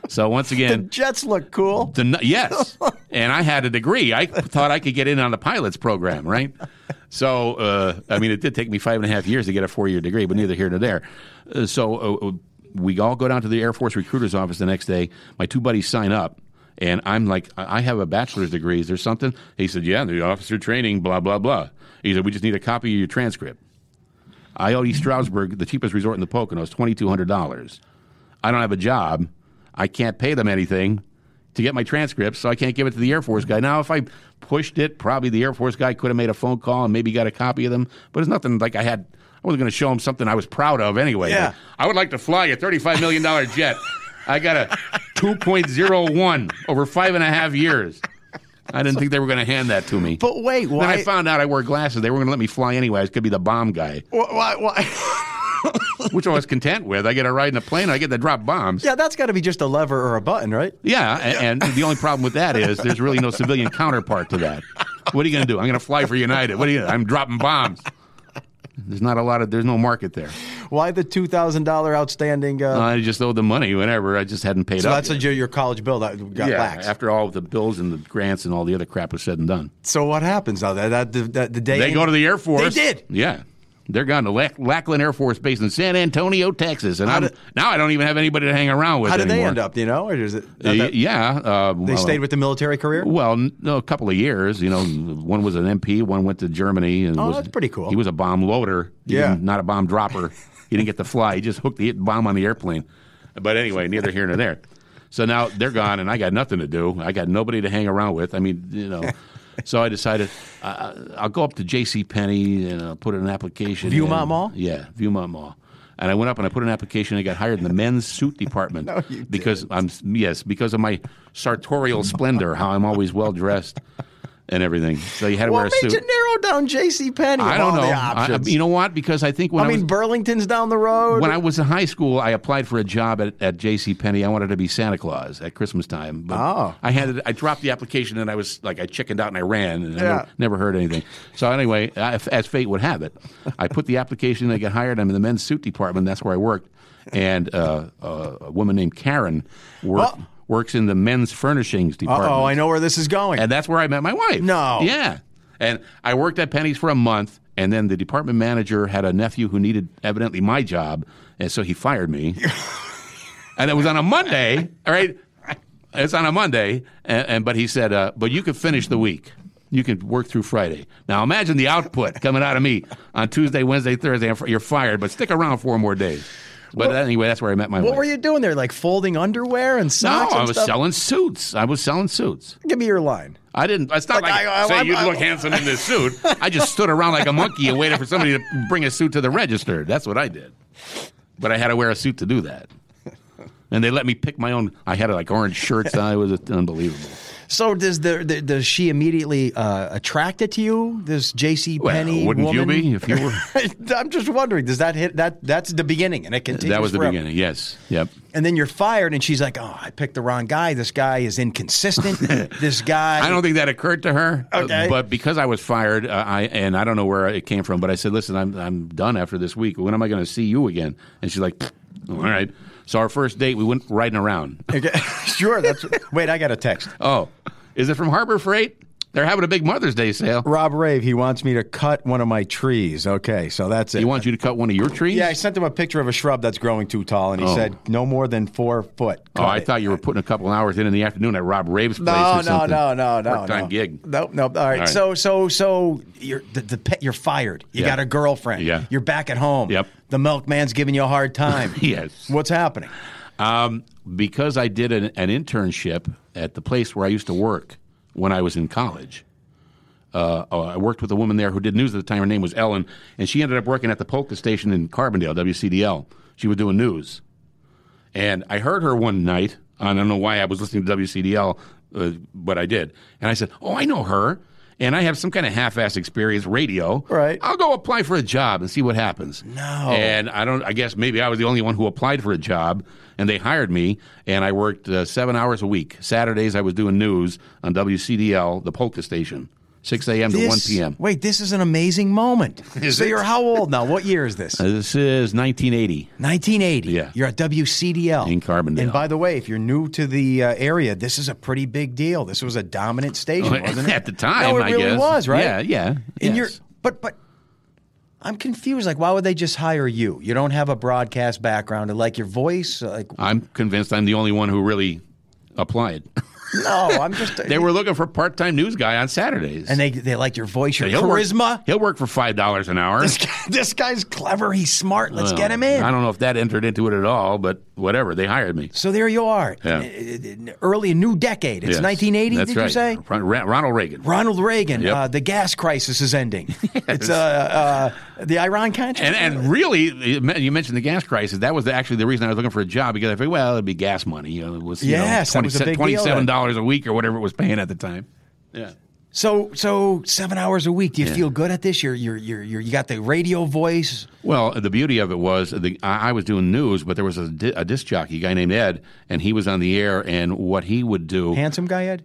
C: So once again,
D: Jets look cool.
C: the nu- yes, and I had a degree. I thought I could get in on the pilots program, right? So, uh, I mean, it did take me five and a half years to get a four-year degree, but neither here nor there. Uh, so, uh, we all go down to the Air Force recruiter's office the next day. My two buddies sign up, and I'm like, "I I have a bachelor's degree. Is there something?" He said, "Yeah, the officer training, blah blah blah." He said, "We just need a copy of your transcript." IOE E Stroudsburg, the cheapest resort in the Poconos, twenty two hundred dollars. I don't have a job. I can't pay them anything to get my transcripts, so I can't give it to the Air Force guy. Now, if I pushed it, probably the Air Force guy could have made a phone call and maybe got a copy of them. But it's nothing like I had. I wasn't going to show him something I was proud of anyway.
A: Yeah.
C: Like, I would like to fly a thirty-five million dollar jet. I got a two point zero one over five and a half years. I didn't think they were going to hand that to me.
A: But wait, why?
C: Then I found out I wear glasses. They were going to let me fly anyway. I could be the bomb guy,
A: why, why?
C: which I was content with. I get to ride in a plane. I get to drop bombs.
A: yeah, that's got to be just a lever or a button, right?
C: Yeah, a- and the only problem with that is there's really no civilian counterpart to that. What are you going to do? I'm going to fly for United. What are you? I'm dropping bombs. There's not a lot of. There's no market there.
A: Why the two thousand dollar outstanding? Uh,
C: I just owe the money whenever. I just hadn't paid
A: so
C: up.
A: that's
C: yet.
A: what your, your college bill that got
C: yeah.
A: laxed.
C: After all the bills and the grants and all the other crap was said and done,
A: so what happens now? That, that, the, that the day
C: they go to the Air Force.
A: They did.
C: Yeah. They're gone to Lack- Lackland Air Force Base in San Antonio, Texas, and I'm,
A: did-
C: now I don't even have anybody to hang around with.
A: How did they
C: anymore.
A: end up? Do You know, or is it?
C: Uh,
A: not that-
C: yeah, uh,
A: they stayed with the military career.
C: Well, n- no, a couple of years. You know, one was an MP, one went to Germany. And
A: Oh,
C: was,
A: that's pretty cool.
C: He was a bomb loader. He
A: Yeah.
C: didn't- not a bomb dropper. he didn't get to fly. He just hooked the bomb on the airplane. But anyway, neither here nor there. So now they're gone, and I got nothing to do. I got nobody to hang around with. I mean, you know. So I decided uh, I'll go up to J.C. Penney and uh, put in an application.
A: Viewmont
C: in.
A: Mall?
C: Yeah, Viewmont Mall. And I went up and I put an application. I got hired in the men's suit department because I'm yes because of my sartorial splendor, how I'm always well dressed and everything. So you had to
A: what
C: wear a
A: made
C: suit.
A: you narrow down J.C. Penney?
C: I don't know.
A: The
C: I- I-
A: options.
C: you know what? Because I think when I,
A: I mean,
C: was,
A: Burlington's down the road.
C: when I was in high school, I applied for a job at, at J.C. Penney. I wanted to be Santa Claus at Christmas time. But
A: Oh.
C: I had I dropped the application and I was like I chickened out and I ran and I
A: Yeah.
C: never, never heard anything. So anyway, I, as fate would have it, I put the application. I got hired. I'm in the men's suit department. That's where I worked. And uh, uh, a woman named Karen work,
A: Oh.
C: works in the men's furnishings department.
A: oh, I know where this is going.
C: And that's where I met my wife.
A: No.
C: Yeah. And I worked at Penny's for a month, and then the department manager had a nephew who needed evidently my job, and so he fired me. and it was on a Monday, all right? It's on a Monday, and, and but he said, uh, but you can finish the week. You can work through Friday. Now imagine the output coming out of me on Tuesday, Wednesday, Thursday. and fr- You're fired, but stick around four more days. But anyway, that's where I met my
A: What
C: wife.
A: were you doing there? Like folding underwear and
C: no,
A: socks?
C: I
A: and
C: was
A: stuff?
C: selling suits. I was selling suits.
A: Give me your line.
C: I didn't. It's not
A: Like,
C: like,
A: I- I-
C: say
A: I-
C: you'd
A: I-
C: look handsome in this suit. I just stood around like a monkey and waited for somebody to bring a suit to the register. That's what I did. But I had to wear a suit to do that. And they let me pick my own. I had like orange shirts. I was unbelievable.
A: So does the, the does she immediately uh, attract it to you? This J.C.
C: Well,
A: Penny
C: wouldn't you
A: woman?
C: be if you were?
A: I'm just wondering. Does that hit that? That's the beginning, and it continues.
C: that was the
A: forever.
C: beginning. Yes. Yep.
A: And then you're fired, and she's like, "Oh, I picked the wrong guy. This guy is inconsistent. this guy."
C: I don't think that occurred to her. uh,
A: Okay.
C: But because I was fired, uh, I and I don't know where it came from, but I said, "Listen, I'm I'm done after this week. When am I going to see you again?" And she's like, "Pfft, "All right." So our first date, we went riding around.
A: Okay. sure. That's wait. I got a text.
C: oh, is it from Harbor Freight? They're having a big Mother's Day sale.
A: Rob Rave. He wants me to cut one of my trees. Okay, so that's it.
C: He wants you to cut one of your trees.
A: yeah, I sent him a picture of a shrub that's growing too tall, and he
C: Oh.
A: said no more than four foot.
C: Oh,
A: Cut
C: I
A: it.
C: thought you were putting a couple hours in in the afternoon at Rob Rave's place.
A: No,
C: or
A: no,
C: something.
A: no, no, no,
C: Part-time
A: no.
C: gig.
A: Nope, nope. All right.
C: All right.
A: So, so, so you're the, the pet. You're fired. You
C: Yeah.
A: got a girlfriend.
C: Yeah.
A: You're back at home.
C: Yep.
A: The milkman's giving you a hard time.
C: Yes.
A: What's happening?
C: Um, because I did an, an internship at the place where I used to work when I was in college. Uh, oh, I worked with a woman there who did news at the time. Her name was Ellen, and she ended up working at the polka station in Carbondale, WCDL. She was doing news, and I heard her one night. I don't know why I was listening to WCDL, uh, but I did, and I said, "Oh, I know her." And I have some kind of half-ass experience radio.
A: Right.
C: I'll go apply for a job and see what happens. No. And I don't. I guess maybe I was the only one who applied for a job, and they hired me. And I worked uh, seven hours a week. Saturdays I was doing news on WCDL, the polka station, six a.m. to one
A: This-
C: p.m.
A: Wait, this is an amazing moment. so you're how old now? What year is this?
C: Uh, This is 1980.
A: 1980.
C: Yeah.
A: You're at WCDL
C: In Carbondale.
A: And by the way, if you're new to the uh, area, this is a pretty big deal. This was a dominant station, wasn't it?
C: Oh, At the time,
A: no, it
C: I
A: really
C: guess.
A: was, right?
C: Yeah, yeah.
A: And
C: yes.
A: you're, but but I'm confused. Like, why would they just hire you? You don't have a broadcast background, and like your voice, like
C: I'm convinced I'm the only one who really applied.
A: no, I'm just.
C: they were looking for a part-time news guy on Saturdays,
A: and they they like your voice, your
C: He'll
A: charisma.
C: Work, he'll work for five dollars an hour. Uh,
A: This, guy, this guy's clever. He's smart. Let's get him in.
C: I don't know if that entered into it at all, but whatever. They hired me.
A: So there you are.
C: Yeah.
A: N- Early new decade. It's
C: Yes.
A: 1980.
C: That's
A: did
C: right.
A: you say?
C: Ron- Ra- Ronald Reagan.
A: Ronald Reagan.
C: Yep.
A: Uh, the gas crisis is ending. It's uh, uh, the Iran Contra.
C: And, and really, you men- you mentioned the gas crisis. That was the, actually the reason I was looking for a job because I figured, well, it'd be gas money. You know, it was you know,
A: Yes, that was a
C: 20
A: big deal then.
C: $27 a week or whatever it was paying at the time. Yeah.
A: So so seven hours a week. Do you feel good at this? You're you're you're, you're you got the radio voice.
C: Well, the beauty of it was the, I, I was doing news, but there was a, di- a disc jockey, a guy named Ed, and he was on the air. And what he would do,
A: Handsome guy, Ed.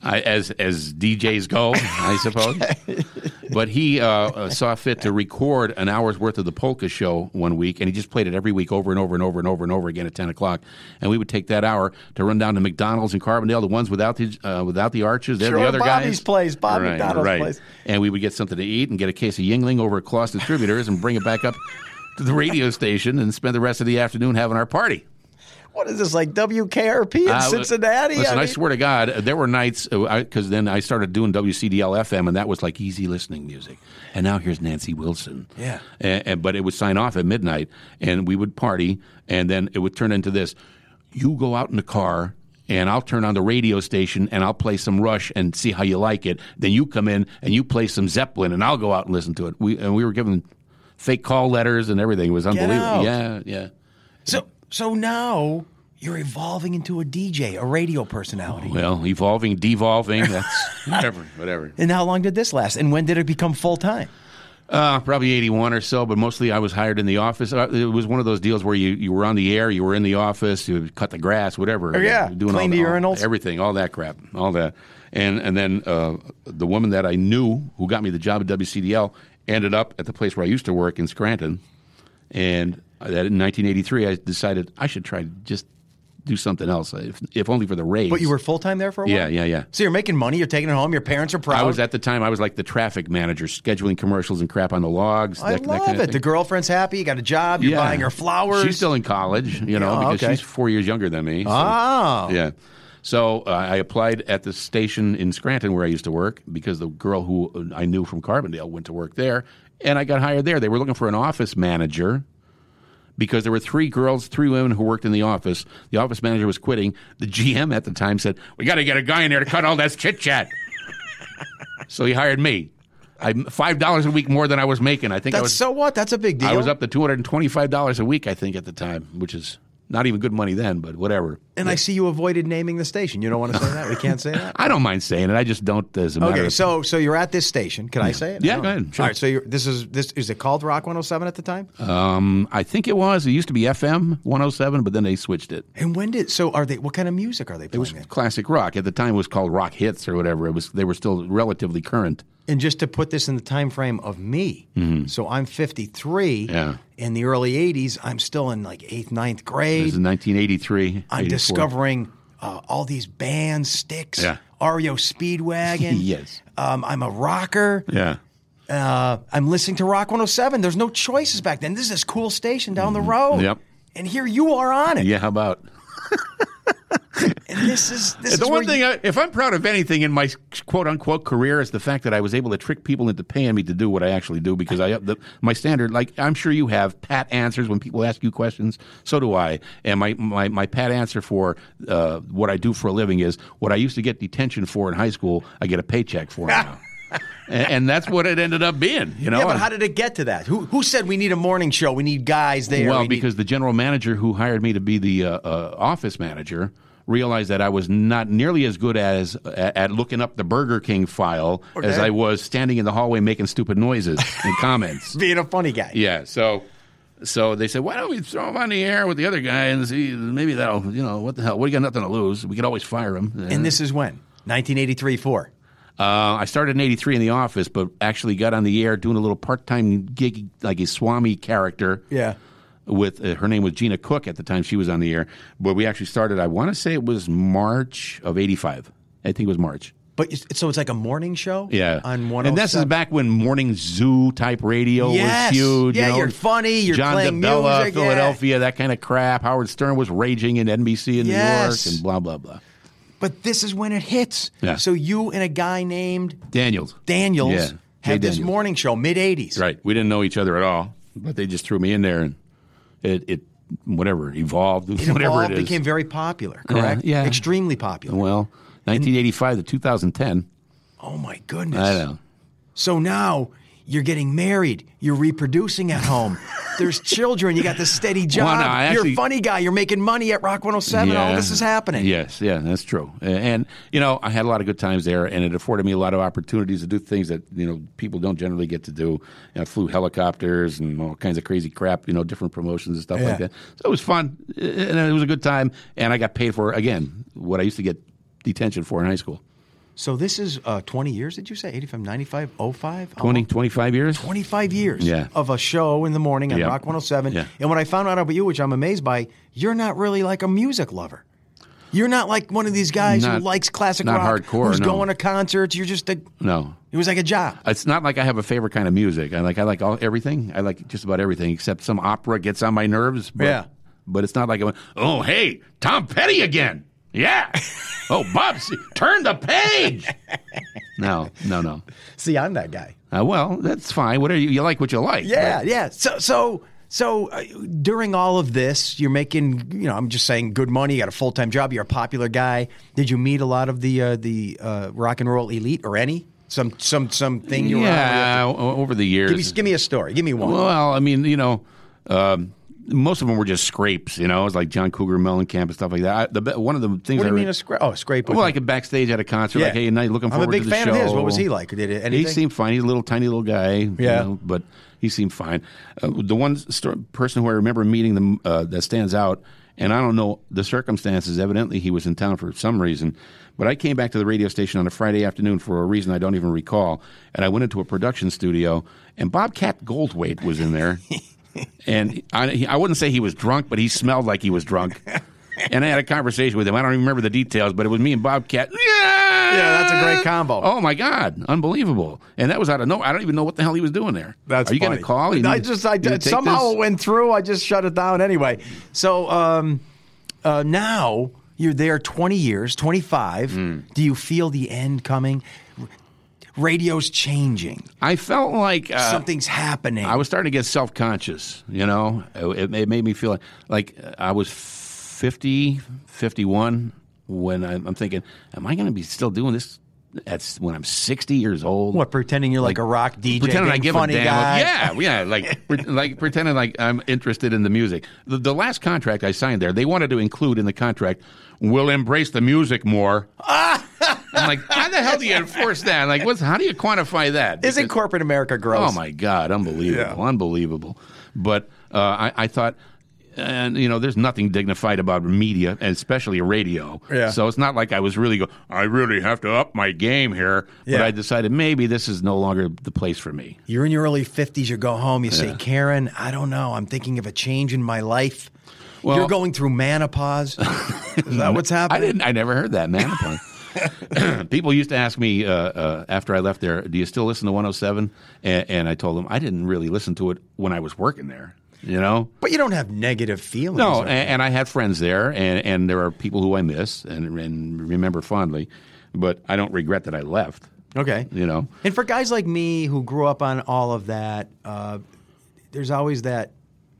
C: I, as as DJs go, I suppose. But he uh, uh, saw fit to record an hour's worth of the polka show one week, and he just played it every week over and over and over and over and over again at ten o'clock. And we would take that hour to run down to McDonald's in Carbondale, the ones without the uh, without the arches. They're
A: Sure,
C: the other
A: Bobby's
C: guys.
A: place, Bob
C: right,
A: McDonald's
C: right.
A: place.
C: And we would get something to eat and get a case of Yingling over at Kloss Distributors and bring it back up to the radio station and spend the rest of the afternoon having our party.
A: What is this like WKRP in
C: Uh,
A: Cincinnati?
C: Listen, I,
A: mean-
C: swear to God, there were nights because then I started doing WCDL FM, and that was like easy listening music. And now here's Nancy Wilson.
A: Yeah.
C: And, and- but it would sign off at midnight, and we would party, and then it would turn into this: you go out in the car. And I'll turn on the radio station and I'll play some Rush and see how you like it. Then you come in and you play some Zeppelin and I'll go out and listen to it. We and we were given fake call letters and everything. It was
A: out.
C: unbelievable. Yeah, yeah.
A: So so now you're evolving into a DJ, a radio personality.
C: Well, evolving, devolving. That's whatever, whatever.
A: And how long did this last? And when did it become full time?
C: Uh, probably 81 or so, but mostly I was hired in the office. Uh, It was one of those deals where you, you were on the air, you were in the office, you would cut the grass, whatever.
A: Oh, yeah.
C: Doing
A: Clean
C: all
A: the
C: all-
A: urinals.
C: everything, all that crap, all that. And, and then uh, the woman that I knew who got me the job at WCDL ended up at the place where I used to work in Scranton. And that in 1983, I decided I should try to just do something else, if, if only for the raise.
A: But you were full time there for a while?
C: Yeah, yeah, yeah.
A: So you're making money, you're taking it home, your parents are proud.
C: I was at the time. I was like the traffic manager, scheduling commercials and crap on the logs.
A: I
C: that- that
A: love
C: kind of
A: it.
C: thing.
A: The girlfriend's happy, you got a job, you're
C: Yeah.
A: buying her flowers.
C: She's still in college, you know,
A: Yeah,
C: because
A: okay.
C: she's four years younger than me. so-
A: Oh.
C: yeah. So uh, I applied at the station in Scranton where I used to work because the girl who uh, I knew from Carbondale went to work there, and I got hired there. They were looking for an office manager because there were three girls, three women who worked in the office. The office manager was quitting. The GM at the time said, "We got to get a guy in there to cut all that chit chat." so he hired me. I five dollars a week more than I was making. I think I
A: That's
C: was
A: so what? That's a big deal.
C: I was up to two hundred and twenty-five dollars a week, I think, at the time, which is not even good money then, but whatever.
A: and I see you avoided naming the station. You don't want to say that. We can't say that.
C: I don't mind saying it. I just don't as a matter
A: Okay,
C: of
A: so so you're at this station. Can I say it? I
C: Yeah,
A: don't
C: go
A: know.
C: ahead. Sure.
A: All right, so you're, this is this is it called Rock 107 at the time?
C: um, I think it was. It used to be FM one oh seven, but then they switched it.
A: and when did so are they? What kind of music are they playing? then?
C: Classic rock. At the time it was called rock hits or whatever. It was they were still relatively current.
A: and just to put this in the time frame of me so i'm 53
C: Mm-hmm. Yeah.
A: in the early 80s i'm still in like eighth ninth
C: It
A: grade
C: was in nineteen eighty three.
A: i'm discovering uh, all these bands sticks
C: Yeah.
A: REO Speedwagon.
C: Yes.
A: Um, I'm a rocker.
C: Yeah.
A: Uh, I'm listening to Rock 107. There's no choices back then. This is this cool station down the road.
C: Mm-hmm. Yep.
A: And here you are on it.
C: Yeah, how about
A: And this is this is
C: the
A: where
C: one
A: you-
C: thing, I, if I'm proud of anything in my quote unquote career, is the fact that I was able to trick people into paying me to do what I actually do because I up the, my standard. Like I'm sure you have pat answers when people ask you questions. So do I. And my my, my pat answer for uh, what I do for a living is what I used to get detention for in high school. I get a paycheck for now, and, and that's what it ended up being. You know.
A: yeah, but how did it get to that? Who who said we need a morning show? We need guys there.
C: Well,
A: we need-
C: because the general manager who hired me to be the uh, uh, office manager realized that I was not nearly as good as at, at looking up the Burger King file as
A: Okay.
C: I was standing in the hallway making stupid noises and comments.
A: being a funny guy.
C: yeah, so so they said, why don't we throw him on the air with the other guy and see maybe that'll you know what the hell we got nothing to lose. We could always fire him.
A: And this is when? 1983 4.
C: Uh, I started in '83 in the office, but actually got on the air doing a little part-time gig, like a Swami character.
A: Yeah.
C: With uh, her name was Gina Cook at the time she was on the air, but we actually started. I want to say it was March of '85. I think it was March.
A: But it's- so it's like a morning show?
C: Yeah,
A: On one oh
C: and this is back when morning zoo type radio
A: Yes.
C: was huge.
A: Yeah,
C: you know,
A: you're funny, you're
C: John
A: playing
C: DeBella,
A: music, yeah.
C: Philadelphia, that kind of crap. Howard Stern was raging in NBC in
A: Yes.
C: New York, and blah blah blah.
A: But this is when it hits.
C: Yeah.
A: So you and a guy named
C: Daniels,
A: Daniels
C: Yeah, Jay
A: had this
C: Daniels.
A: morning show, mid 80s.
C: Right. We didn't know each other at all, but they just threw me in there and it, it whatever, evolved,
A: It
C: whatever
A: evolved,
C: it is.
A: became very popular, correct?
C: yeah.
A: Extremely popular.
C: well, 1985 to 2010.
A: oh my goodness.
C: I know.
A: So now you're getting married, you're reproducing at home. There's children, you got this steady job.
C: Well, no, I
A: you're a
C: actually-
A: funny guy, you're making money at Rock 107, all this is happening.
C: Yes, yeah, that's true. A- And you know, I had a lot of good times there, and it afforded me a lot of opportunities to do things that you know people don't generally get to do. And I flew helicopters and all kinds of crazy crap, you know, different promotions and stuff
A: Yeah.
C: like that. So it was fun, uh, and it was a good time, and I got paid for again what I used to get detention for in high
A: Oh,
C: school.
A: So this is uh, 20 years, did you say? 85, 95, 05?
C: 20, 25 years.
A: 25 Oh, years
C: Yeah.
A: of a show in the morning on
C: Yeah.
A: Rock 107.
C: Yeah.
A: And what I found out about you, which I'm amazed by, you're not really like a music lover. You're not like one of these guys
C: Not-
A: who likes classic
C: not
A: rock,
C: hardcore,
A: who's
C: no.
A: going to concerts. You're just a,
C: No,
A: it was like a job.
C: it's not like I have a favorite kind of music. I like I like all everything. I like just about everything except some opera gets on my nerves. But,
A: Yeah.
C: but it's not like I went, oh hey, Tom Petty again. Yeah. oh, Bob, Se- turn the page. no, no, no.
A: See, I'm that guy.
C: Uh, well, that's fine. Whatever you, you like, what you like.
A: Yeah,
C: But
A: yeah. So, so, so uh, during all of this, you're making, you know, I'm just saying, good money. You got a full time job. You're a popular guy. Did you meet a lot of the uh, the uh, rock and roll elite or any some some some thing you were?
C: yeah. o- Over the years,
A: Give me, give me a story. Give me one.
C: Well, I mean, you know, um, most of them were just scrapes. You know, it was like John Cougar Mellencamp and stuff like that. I, the, be- one of the things
A: What do
C: I
A: you
C: re-
A: mean a scrape? Oh, a scrape.
C: Well, like a backstage at a concert, like, hey, you're not looking
A: I'm
C: forward
A: a big
C: to the
A: fan
C: show.
A: of his. What was he like? Did it,
C: He
A: anything?
C: seemed fine. He's a little tiny little guy. you
A: Yeah.
C: know, but he seemed fine. Uh, the one sto- person who I remember meeting them uh, that stands out, and I don't know the circumstances. Evidently, he was in town for some reason. But I came back to the radio station on a Friday afternoon for a reason I don't even recall, and I went into a production studio, and Bobcat Goldthwait was in there. And I, he- I wouldn't say he was drunk, but he smelled like he was drunk. And I had a conversation with him. I don't even remember the details, but it was me and Bobcat. Yeah,
A: Yeah, that's a great combo.
C: Oh my God, unbelievable! And that was out of no. I don't even know what the hell he was doing there.
A: That's
C: Are you
A: funny.
C: to call? You
A: I
C: need-
A: just I
C: you need to take
A: somehow
C: this?
A: it went through. I just shut it down anyway. So um, uh, now
C: Hmm.
A: you're there 20 years, 25. Do you feel the end coming? radio's changing.
C: I felt like uh,
A: Something's happening.
C: I was starting to get self conscious, you know? It, it made me feel like, like uh, I was 50, 51 when I'm, I'm thinking, am I going to be still doing this at, s- when I'm 60 years old?
A: what pretending you're like, a rock DJ,
C: Pretending I
A: being
C: give
A: funny
C: a damn.
A: guy.
C: Yeah, yeah. Like, pre- like pretending like I'm interested in the music. The, the last contract I signed there, they wanted to include in the contract, we'll embrace the music more. I'm like, how the hell do you enforce that? Like, what's how do you quantify that?
A: Isn't
C: Because-
A: corporate America gross?
C: Oh my God, unbelievable, unbelievable. But uh, I, I thought, and you know, there's nothing dignified about media, and especially radio.
A: Yeah.
C: So it's not like I was really go. I really have to up my game here.
A: Yeah.
C: But I decided maybe this is no longer the place for me.
A: You're in your early 50s, you go home, you say, Karen, I don't know. I'm thinking of a change in my life.
C: Well-
A: you're going through menopause. Is that what's
C: I
A: happening?
C: didn't. I never heard that man. People used to ask me uh, uh, after I left there, "Do you still listen to 107?" And, and I told them I didn't really listen to it when I was working there. You know,
A: But you don't have negative feelings.
C: No,
A: or-
C: and, and I had friends there, and, and there are people who I miss and, and remember fondly, but I don't regret that I left.
A: okay.
C: You know,
A: And for guys like me who grew up on all of that, uh, there's always that,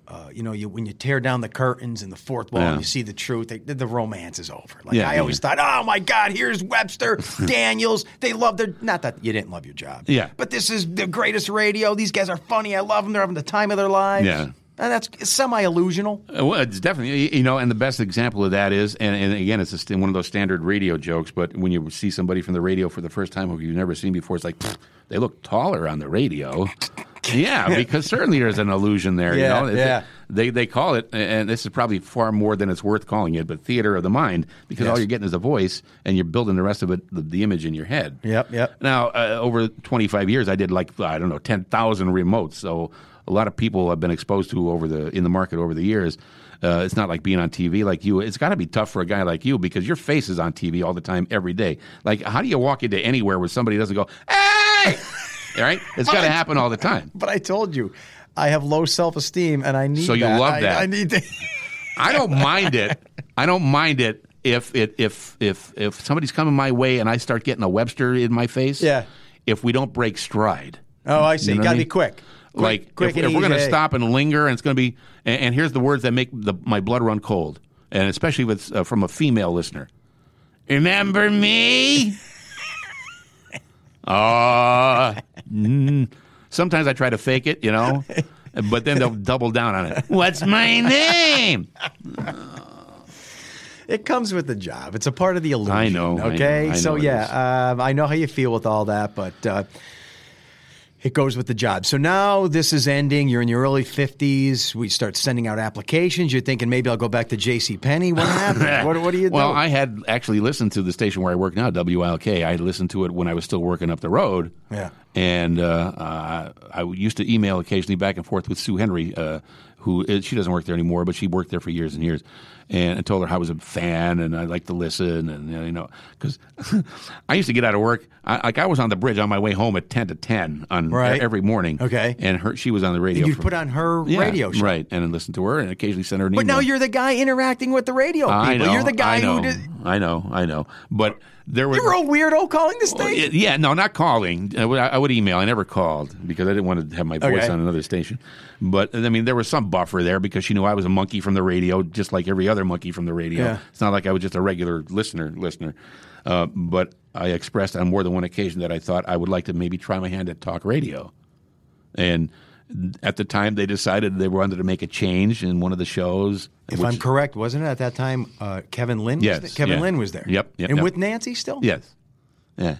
A: uh, you know, you, when you tear down the curtains and the fourth wall
C: Yeah.
A: and you see the truth, they, the romance is over. Like
C: Yeah,
A: I always
C: yeah.
A: thought, oh my God, here's Webster, Daniels. They love their, not that you didn't love your job.
C: Yeah.
A: But this is the greatest radio. These guys are funny. I love them. They're having the time of their lives.
C: Yeah.
A: And that's semi illusional.
C: Uh, well, it's definitely you know, and the best example of that is, and, and again, it's a st- one of those standard radio jokes. But when you see somebody from the radio for the first time who you've never seen before, it's like "Pfft, they look taller on the radio. yeah, because certainly there's an illusion there.
A: Yeah,
C: you know? It's-
A: yeah.
C: They they call it, and this is probably far more than it's worth calling it, but theater of the mind, because all
A: Yes.
C: you're getting is a voice, and you're building the rest of it, the, the image in your head.
A: Yep, yep.
C: Now, uh, over 25 years, I did like I don't know 10,000 remotes. So a lot of people I've been exposed to over the in the market over the years. Uh, it's not like being on TV like you. It's got to be tough for a guy like you because your face is on TV all the time, every day. Like, how do you walk into anywhere where somebody doesn't go, "Hey!" All right, it's got to happen all the time.
A: But I told you, I have low self esteem and I need
C: So you
A: that.
C: love
A: I-
C: that.
A: I need to.
C: I don't mind it. I don't mind it if it if if if somebody's coming my way and I start getting a Webster in my face.
A: Yeah.
C: If we don't break stride.
A: Oh, I see.
C: You know what
A: Got
C: I
A: to be
C: mean?
A: quick. Quick-
C: like
A: quick
C: if,
A: and
C: if we're
A: easy.
C: going to
A: Hey.
C: stop and linger, and it's going to be and, and here's the words that make the, my blood run cold, and especially if it's uh, from a female listener. Remember me? Ah. mm. sometimes I try to fake it, you know, but then they'll double down on it. What's my name?
A: It comes with the job. It's a part of the illusion.
C: I know, I know,
A: Okay.
C: I know
A: so
C: it is.
A: yeah, um, I know how you feel with all that, but uh, it goes with the job. So now this is ending. You're in your early fifties. We start sending out applications. You're thinking maybe I'll go back to J.C. Penney. What happened? what, what do you do?
C: Well, I had actually listened to the station where I work now, WILK. I listened to it when I was still working up the road.
A: Yeah.
C: And uh, uh, I used to email occasionally back and forth with Sue Henry, uh, who uh, she doesn't work there anymore, but she worked there for years and years. And I told her I was a fan and I like to listen. And, you know, because I used to get out of work. I, like I was on the bridge on my way home at 10 to 10 on e-,
A: Right.
C: every morning.
A: Okay.
C: And her, she was on the radio.
A: You'd
C: from-
A: put on her
C: Yeah,
A: radio show.
C: Right. And then listen to her and occasionally send her an
A: But
C: email.
A: now you're the guy interacting with the radio people.
C: I know,
A: you're the guy
C: I know,
A: who did.
C: I know. I know. But there was.
A: You were a weirdo calling the
C: Oh,
A: station.
C: yeah, no, not calling. I would, I would email. I never called because I didn't want to have my voice
A: Okay.
C: on another station. But I mean, there was some buffer there because she knew I was a monkey from the radio, just like every other monkey from the radio.
A: Yeah.
C: It's not like I was just a regular listener. Listener, uh, but I expressed on more than one occasion that I thought I would like to maybe try my hand at talk radio. And at the time, they decided they wanted to make a change in one of the shows.
A: If
C: which-
A: I'm correct, wasn't it at that time uh, Kevin Lynn?
C: Yes,
A: was there? Kevin
C: yeah.
A: Lynn was there.
C: Yep, yep,
A: and
C: yep.
A: with Nancy still.
C: yes, yeah.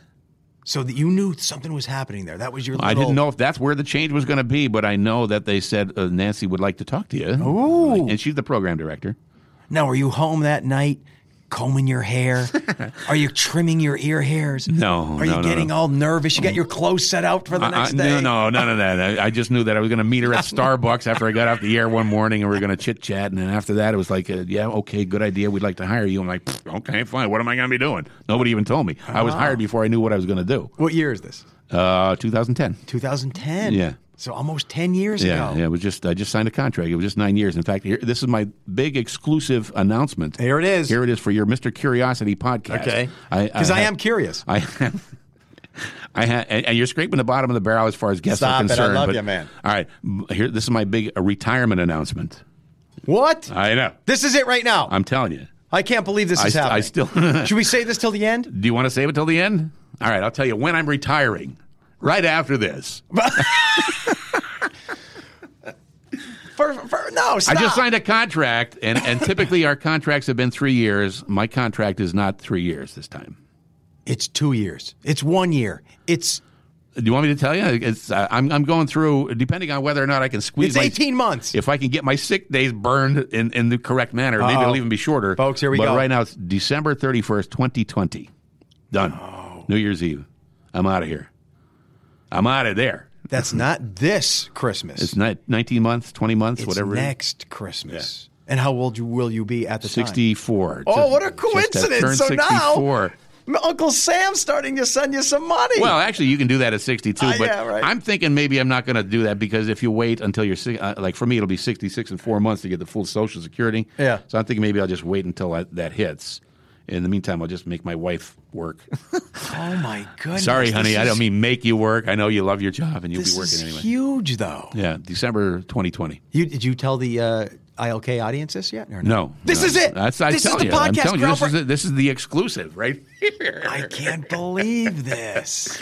A: So that you knew something was happening there. That was your. Little,
C: I didn't know if that's where the change was going to be, but I know that they said uh, Nancy would like to talk to you.
A: Ooh.
C: And she's the program director.
A: Now, were you home that night, combing your hair? are you trimming your ear hairs?
C: No,
A: Are
C: no,
A: you
C: no,
A: getting
C: no.
A: all nervous? You got your clothes set out for the
C: I- I-
A: next day.
C: no, no, none of that. I, I just knew that I was going to meet her at Starbucks after I got off the air one morning, and we were going to chit chat. And then after that, it was like, uh, yeah, okay, good idea. We'd like to hire you. I'm like, "Pfft, okay, fine. What am I going to be doing? Nobody even told me. I
A: Ah.
C: was hired before I knew what I was going to do.
A: What year is this?
C: Uh, 2010.
A: 2010.
C: Yeah.
A: So almost 10 years
C: Yeah,
A: ago.
C: yeah. It was just I just signed a contract. It was just nine years. In fact, here, this is my big exclusive announcement.
A: Here it is.
C: Here it is for your Mr. Curiosity podcast.
A: Okay.
C: I-
A: Because I,
C: have-
A: am curious.
C: I have I ha- and, and you're scraping the bottom of the barrel as far as guests
A: Stop it.
C: are
A: I
C: concerned.
A: love
C: but-
A: you, man.
C: All right, m- here. This is my big uh, retirement announcement.
A: What?
C: I know.
A: this is it right now.
C: I'm telling you.
A: I can't believe this
C: I
A: is
C: st- I
A: happening.
C: still-
A: Should we say this till the end?
C: Do you want to save it till the end? All right, I'll tell you when I'm retiring. Right after this,
A: For, for, no, stop.
C: I just signed a contract, and, and typically our contracts have been three years. My contract is not three years this time.
A: It's two years. It's one year. It's
C: Do you want me to tell you? It's, uh, I'm, I'm going through, depending on whether or not I can squeeze
A: it's
C: my-
A: eighteen months.
C: If I can get my sick days burned in, in the correct manner, maybe
A: Uh-oh.
C: it'll even be shorter.
A: Folks, here we
C: but
A: go.
C: right now it's December 31st, 2020. Done.
A: Oh.
C: New Year's Eve. I'm out of here. I'm out of there.
A: That's not this Christmas.
C: Mm-hmm. It's ni- 19 months, 20 months,
A: It's
C: whatever.
A: next Christmas. And how old you will you be at the time?
C: 64.
A: Oh,
C: Just-
A: what a
C: just
A: coincidence.
C: turned
A: So now-
C: 64.
A: Uncle Sam's starting to send you some money.
C: Well, actually, you can do that at 62,
A: Ah,
C: but
A: yeah, right.
C: I'm thinking maybe I'm not going to do that because if you wait until you're si- uh, like for me, it'll be 66 and four months to get the full Social Security.
A: Yeah.
C: So I'm thinking maybe I'll just wait until I, that hits. In the meantime, I'll just make my wife work.
A: oh my goodness.
C: Sorry,
A: This
C: honey, I
A: is-
C: don't mean make you work. I know you love your job and you'll
A: This
C: be working
A: is
C: anyway.
A: huge, though.
C: Yeah, December 2020.
A: You did you tell the uh, ILK audience this yet? Or
C: No,
A: This
C: no.
A: is it.
C: That's I
A: This is
C: tell
A: the
C: you, I'm
A: podcast
C: telling you, this
A: groundbreak-
C: is the, this is the exclusive right here.
A: I can't believe this.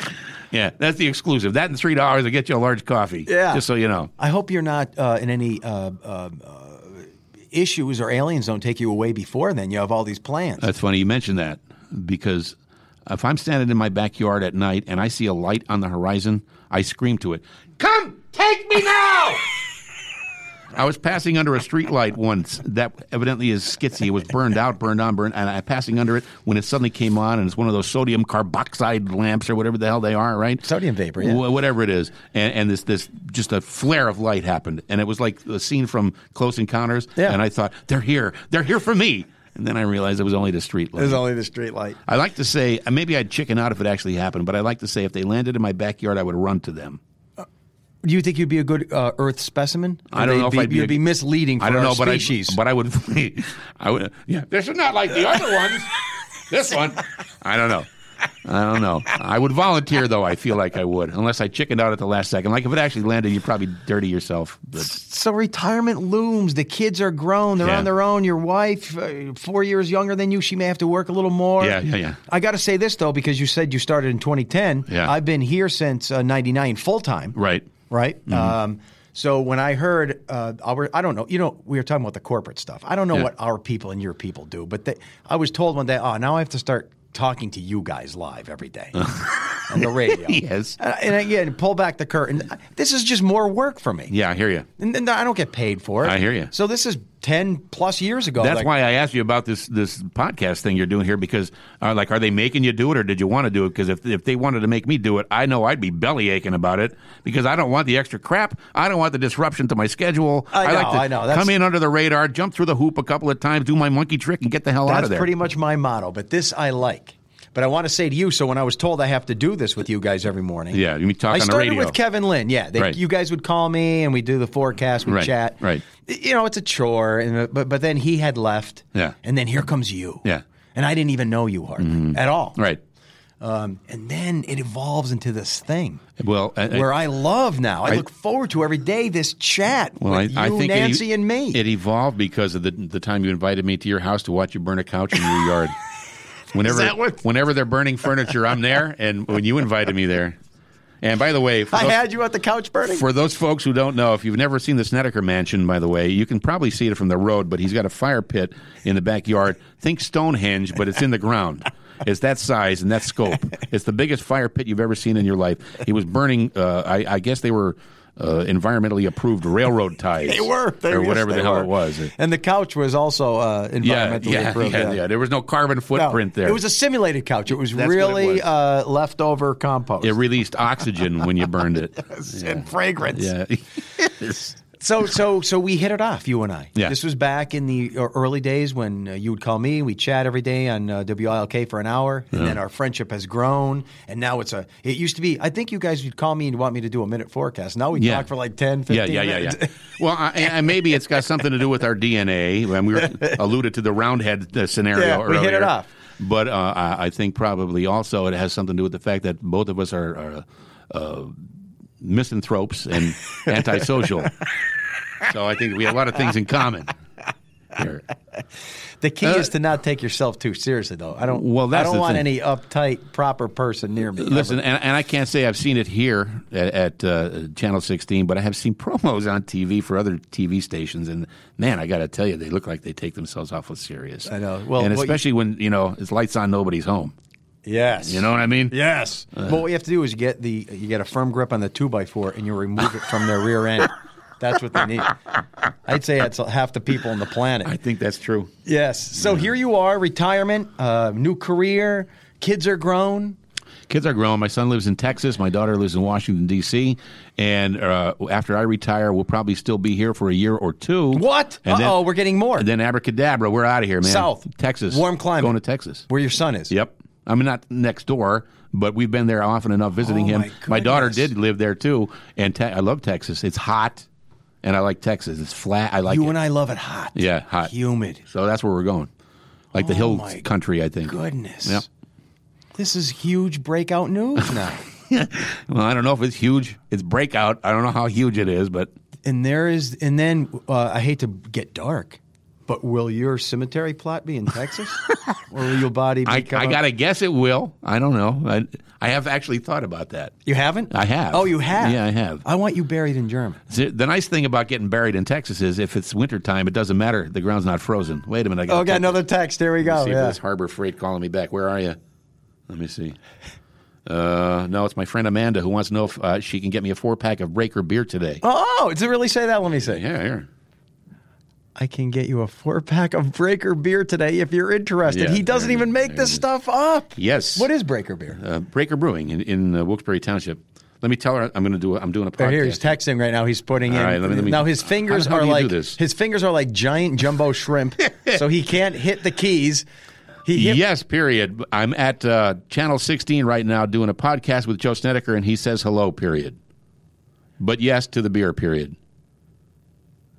C: Yeah, that's the exclusive. That and three dollars will get you a large coffee.
A: Yeah.
C: just so you know.
A: I hope you're not uh, in any uh, um, uh, issues or aliens don't take you away before then. You have all these plans.
C: That's funny you mentioned that because if I'm standing in my backyard at night and I see a light on the horizon, I scream to it, "Come take me now!" I was passing under a street light once that evidently is skitsy. It was burned out, burned on, burned, and I passing under it when it suddenly came on, and it's one of those sodium carboxide lamps or whatever the hell they are, right?
A: Sodium vapor, yeah.
C: Wh- whatever it is, and, and this this just a flare of light happened, and it was like a scene from Close Encounters,
A: Yeah.
C: and I thought they're here, they're here for me, and then I realized it was only the street light.
A: only the street light.
C: I like to say and maybe I'd chicken out if it actually happened, but I like to say if they landed in my backyard, I would run to them.
A: Do you think you'd be a good uh, Earth specimen?
C: I don't
A: They'd
C: know if
A: be,
C: I'd be
A: you'd
C: a-
A: be misleading. For
C: I don't
A: our
C: know, but
A: species.
C: I, but I would, I would, yeah. This is not like the other ones. this one, I don't know. I don't know. I would volunteer though. I feel like I would, unless I chickened out at the last second. Like if it actually landed, you'd probably dirty yourself. But
A: so retirement looms. The kids are grown. They're
C: Yeah.
A: on their own. Your wife, uh, four years younger than you, she may have to work a little more.
C: Yeah, yeah, yeah.
A: I got to say this though, because you said you started in 2010.
C: Yeah.
A: I've been here since uh, '99 full time.
C: right,
A: right?
C: Mm-hmm.
A: Um, so when I heard, uh, our, I don't know, you know, we were talking about the corporate stuff. I don't know
C: Yeah.
A: what our people and your people do, but they, I was told one day, oh, now I have to start talking to you guys live every day on the radio.
C: Yes.
A: And, I- and again, pull back the curtain. uh, This is just more work for me.
C: yeah, I hear you.
A: And, and I don't get paid for it.
C: I hear you.
A: So this is 10 plus years ago.
C: That's
A: Like,
C: why I asked you about this this podcast thing you're doing here because, uh, like, are they making you do it or did you want to do it? Because if if they wanted to make me do it, I know I'd be belly aching about it because I don't want the extra crap. I don't want the disruption to my schedule.
A: I
C: like
A: know,
C: to
A: I know. That's-
C: come in under the radar, jump through the hoop a couple of times, do my monkey trick, and get the hell out
A: That's
C: of there.
A: pretty much my motto, but this I like. But I want to say to you, so when I was told I have to do this with you guys every morning,
C: Yeah, you mean talk
A: I
C: on the
A: started
C: radio.
A: with Kevin Lynn. Yeah, they,
C: Right.
A: you guys would call me and we do the forecast, we
C: Right,
A: chat.
C: right.
A: You know, it's a chore, and but but then he had left.
C: Yeah.
A: and then here comes you.
C: Yeah. Mm-hmm.
A: and I didn't even know you hardly at all.
C: right.
A: um, and then it evolves into this thing.
C: Well, I- I-
A: Where I love now, I,
C: I-
A: look forward to every day this chat
C: Well,
A: with you,
C: it
A: Nancy,
C: e-
A: and me.
C: It evolved because of the the time you invited me to your house to watch you burn a couch in your yard. Whenever, whenever they're burning furniture, I'm there. And when you invited me there, and by the way, for
A: I
C: those,
A: had you at the couch burning.
C: for those folks who don't know, if you've never seen the Snedeker Mansion, by the way, you can probably see it from the road. But he's got a fire pit in the backyard. Think Stonehenge, but it's in the ground. It's that size and that scope. It's the biggest fire pit you've ever seen in your life. He was burning. Uh, I, I guess they were. Uh, environmentally approved railroad ties.
A: They were, They-
C: or
A: yes,
C: whatever
A: they
C: the hell
A: were.
C: it was.
A: and the couch was also uh, environmentally
C: Yeah, yeah,
A: approved.
C: yeah, yeah. There was no carbon
A: No,
C: footprint there.
A: It was a simulated couch. It was
C: That's what it
A: really
C: was.
A: Uh, leftover compost
C: it released oxygen when you burned it.
A: and fragrance.
C: Yeah.
A: So so so we hit it off, you and I.
C: Yeah.
A: This was back in the uh, early days when uh, you would call me. We chat every day on uh, WILK for an hour, and
C: Uh-huh.
A: then our friendship has grown. And now it's a. It used to be. I think you guys would call me and want me to do a minute forecast. Now we
C: Yeah.
A: talk for like 10, 15
C: yeah, yeah, yeah, yeah.
A: minutes.
C: Well, I, and maybe it's got something to do with our DNA. When we were alluded to the roundhead uh, scenario
A: Yeah, we hit it
C: earlier.
A: off.
C: But uh, I, I think probably also it has something to do with the fact that both of us are, are uh, misanthropes and antisocial. so I think we have a lot of things in common. Here.
A: The key is to not take yourself too seriously, though. I don't.
C: Uh, Well, that's
A: I don't
C: the
A: want
C: thing.
A: any uptight, proper person near me.
C: Listen, and, and I can't say I've seen it here at, at uh, Channel 16, but I have seen promos on TV for other TV stations, and man, I got to tell you, they look like they take themselves awful serious.
A: I know. Well, what
C: and
A: you-
C: especially when you know it's lights on, nobody's home.
A: yes,
C: You know uh, what I mean?
A: Yes. but what you have to do is you get the you get a firm grip on the two by four and you remove it from their rear end. That's what they need. I'd say that's half the people on the planet.
C: I think that's true.
A: yes. So here you are, retirement, uh, new career, kids are grown.
C: Kids are grown. My son lives in Texas. My daughter lives in Washington D.C. And uh, after I retire, we'll probably still be here for a year or two.
A: What?
C: And then-
A: Uh-oh, we're getting more.
C: And then abracadabra, we're out of here, man.
A: South.
C: Texas,
A: Warm climate.
C: Going to Texas.
A: Where your son is.
C: Yep. I mean, not next door, but we've been there often enough visiting
A: Oh,
C: him.
A: my
C: daughter
A: goodness.
C: did live there too, and te- I love Texas. It's hot, and I like Texas. It's flat. I like
A: You
C: it.
A: and I love it hot.
C: Yeah, hot.
A: Humid.
C: so that's where we're going, like the hill
A: Oh my
C: country, I think.
A: Goodness.
C: Yep.
A: This is huge breakout news now.
C: Well, I don't know if it's huge. It's breakout. I don't know how huge it is, but
A: and there is, and then uh, I hate to get dark, but will your cemetery plot be in Texas, or will your body? Be
C: I, I gotta guess it will. I don't know. I, I have actually thought about that.
A: You haven't?
C: I have.
A: Oh, you have?
C: Yeah, I have.
A: I want you buried in Germany.
C: The the nice thing about getting buried in Texas is if it's wintertime, it doesn't matter. The ground's not frozen. Wait a minute. I gotta
A: Oh, got
C: take
A: another text. There we go.
C: see if
A: Oh, Yeah.
C: this Harbor Freight calling me back. Where are you? Let me see. Uh, no, it's my friend Amanda who wants to know if uh, she can get me a four pack of Breaker beer today.
A: Oh, does it really say that? Let me see.
C: Yeah, here.
A: I can get you a four pack of Breaker beer today if you're interested.
C: Yeah,
A: he doesn't
C: there it
A: even
C: is.
A: make
C: There
A: this
C: it is.
A: stuff up.
C: Yes.
A: What is Breaker beer?
C: uh, Breaker Brewing in, in uh, Wilkes-Barre Township? Let me tell her I'm going to do. A, I'm doing a podcast.
A: Right here, he's texting right now. He's putting in.
C: All right, let me- let me-
A: now his fingers
C: How- how
A: are
C: do you do
A: like
C: this?
A: his fingers are like giant jumbo shrimp, so he can't hit the keys. He hit,
C: Yes, period. I'm at uh, Channel 16 right now doing a podcast with Joe Snedeker, and he says hello, period. But yes to the beer, period.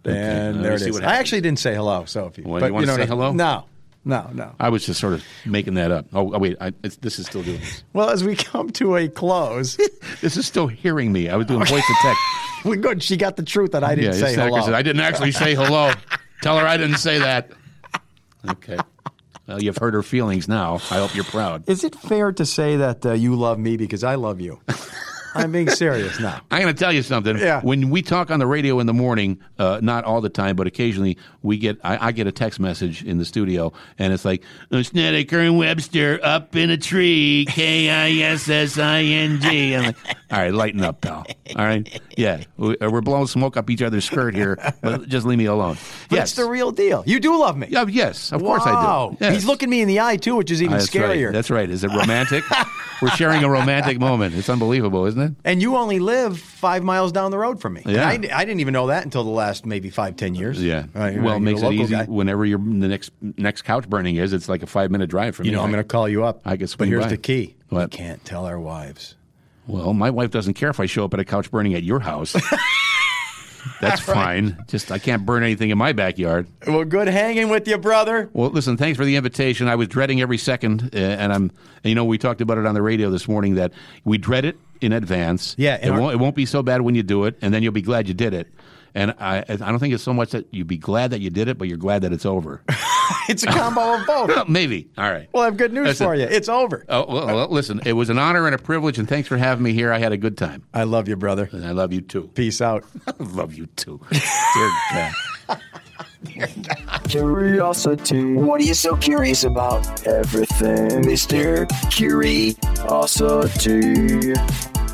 A: and
C: let
A: there
C: me
A: it
C: see
A: is.
C: what
A: I
C: happens.
A: actually didn't say hello. So if you,
C: Well, you
A: but
C: wanna
A: know,
C: say
A: no,
C: hello?
A: No, no, no.
C: I was just sort of making that up. Oh, oh, wait, I, it's, this is still doing this.
A: Well, as we come to a close,
C: This is still hearing me. I was doing voice to text.
A: we're good. She got the truth that I didn't say
C: Snedeker
A: hello.
C: said, I didn't actually say hello. Tell her I didn't say that. Okay. Well, you've hurt her feelings now. I hope you're proud.
A: Is it fair to say that uh, you love me because I love you? I'm being serious now.
C: I'm going to tell you something.
A: Yeah.
C: When we talk on the radio in the morning, uh, not all the time, but occasionally, we get I, I get a text message in the studio, and it's like "Uh, Snedeker and Webster up in a tree, K I S S I N G. I'm like, all right, lighten up, pal. All right, yeah, we, uh, we're blowing smoke up each other's skirt here, but just leave me alone.
A: But
C: yes,
A: it's the real deal. You do love me.
C: Yeah, yes, of course I
A: Wow.
C: do. Yes. Ah,
A: He's looking me in the eye too, which is even
C: That's
A: scarier.
C: Right. That's right. Is it romantic? We're sharing a romantic moment. It's unbelievable, isn't it?
A: And you only live five miles down the road from me.
C: Yeah.
A: And I, I didn't even know that until the last maybe five, ten years.
C: Yeah.
A: Right, right,
C: well,
A: you're
C: it makes
A: a
C: it
A: local
C: easy
A: guy.
C: whenever your the next next couch burning is. It's like a five minute drive from
A: You know, I'm going to call you up.
C: I could
A: But
C: swing
A: here's
C: by.
A: the key we
C: What?
A: can't tell our wives.
C: Well, my wife doesn't care if I show up at a couch burning at your house. That's fine. Just I can't burn anything in my backyard.
A: Well, good hanging with you, brother.
C: Well, listen, thanks for the invitation. I was dreading every second, uh, and I'm, you know, we talked about it on the radio this morning that we dread it in advance.
A: Yeah,
C: it
A: and our-
C: won't, it won't be so bad when you do it, and then you'll be glad you did it. And I, I don't think it's so much that you'd be glad that you did it, but you're glad that it's over.
A: It's a combo of both.
C: Maybe. All right.
A: Well, I have good news
C: Listen.
A: for you. It's over.
C: Oh, well, well, listen, it was an honor and a privilege, and thanks for having me here. I had a good time,
A: I love you, brother.
C: and I love you too.
A: Peace out.
C: I love you too. Dear God.
B: Curiosity. What are you so curious about? Everything, Mr. Curiosity.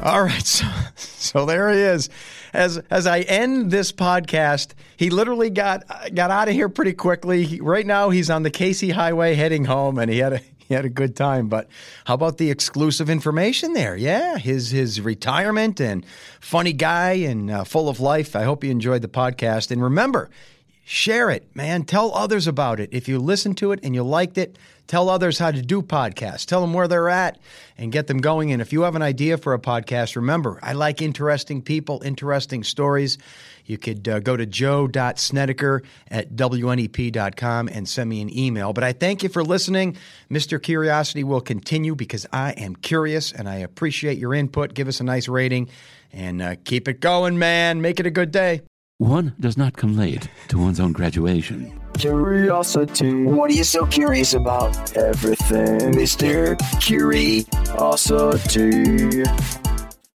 A: All right, so, so there he is. As as I end this podcast, he literally got got out of here pretty quickly. He- right now, he's on the Casey Highway heading home, and he had a he had a good time. But how about the exclusive information there? Yeah, his his retirement and funny guy and uh, full of life. I hope you enjoyed the podcast, and remember. Share it, man. Tell others about it. If you listened to it and you liked it, Tell others how to do podcasts. Tell them where they're at and get them going. And if you have an idea for a podcast, remember, I like interesting people, interesting stories. You could uh, go to joe.snedeker at E wnep.com and send me an email. But I thank you for listening. Mr. Curiosity will continue because I am curious and I appreciate your input. Give us a nice rating and uh, keep it going, man. Make it a good day.
C: One does not come late to one's own graduation.
B: Curiosity. What are you so curious about? Everything, Mr. Curiosity.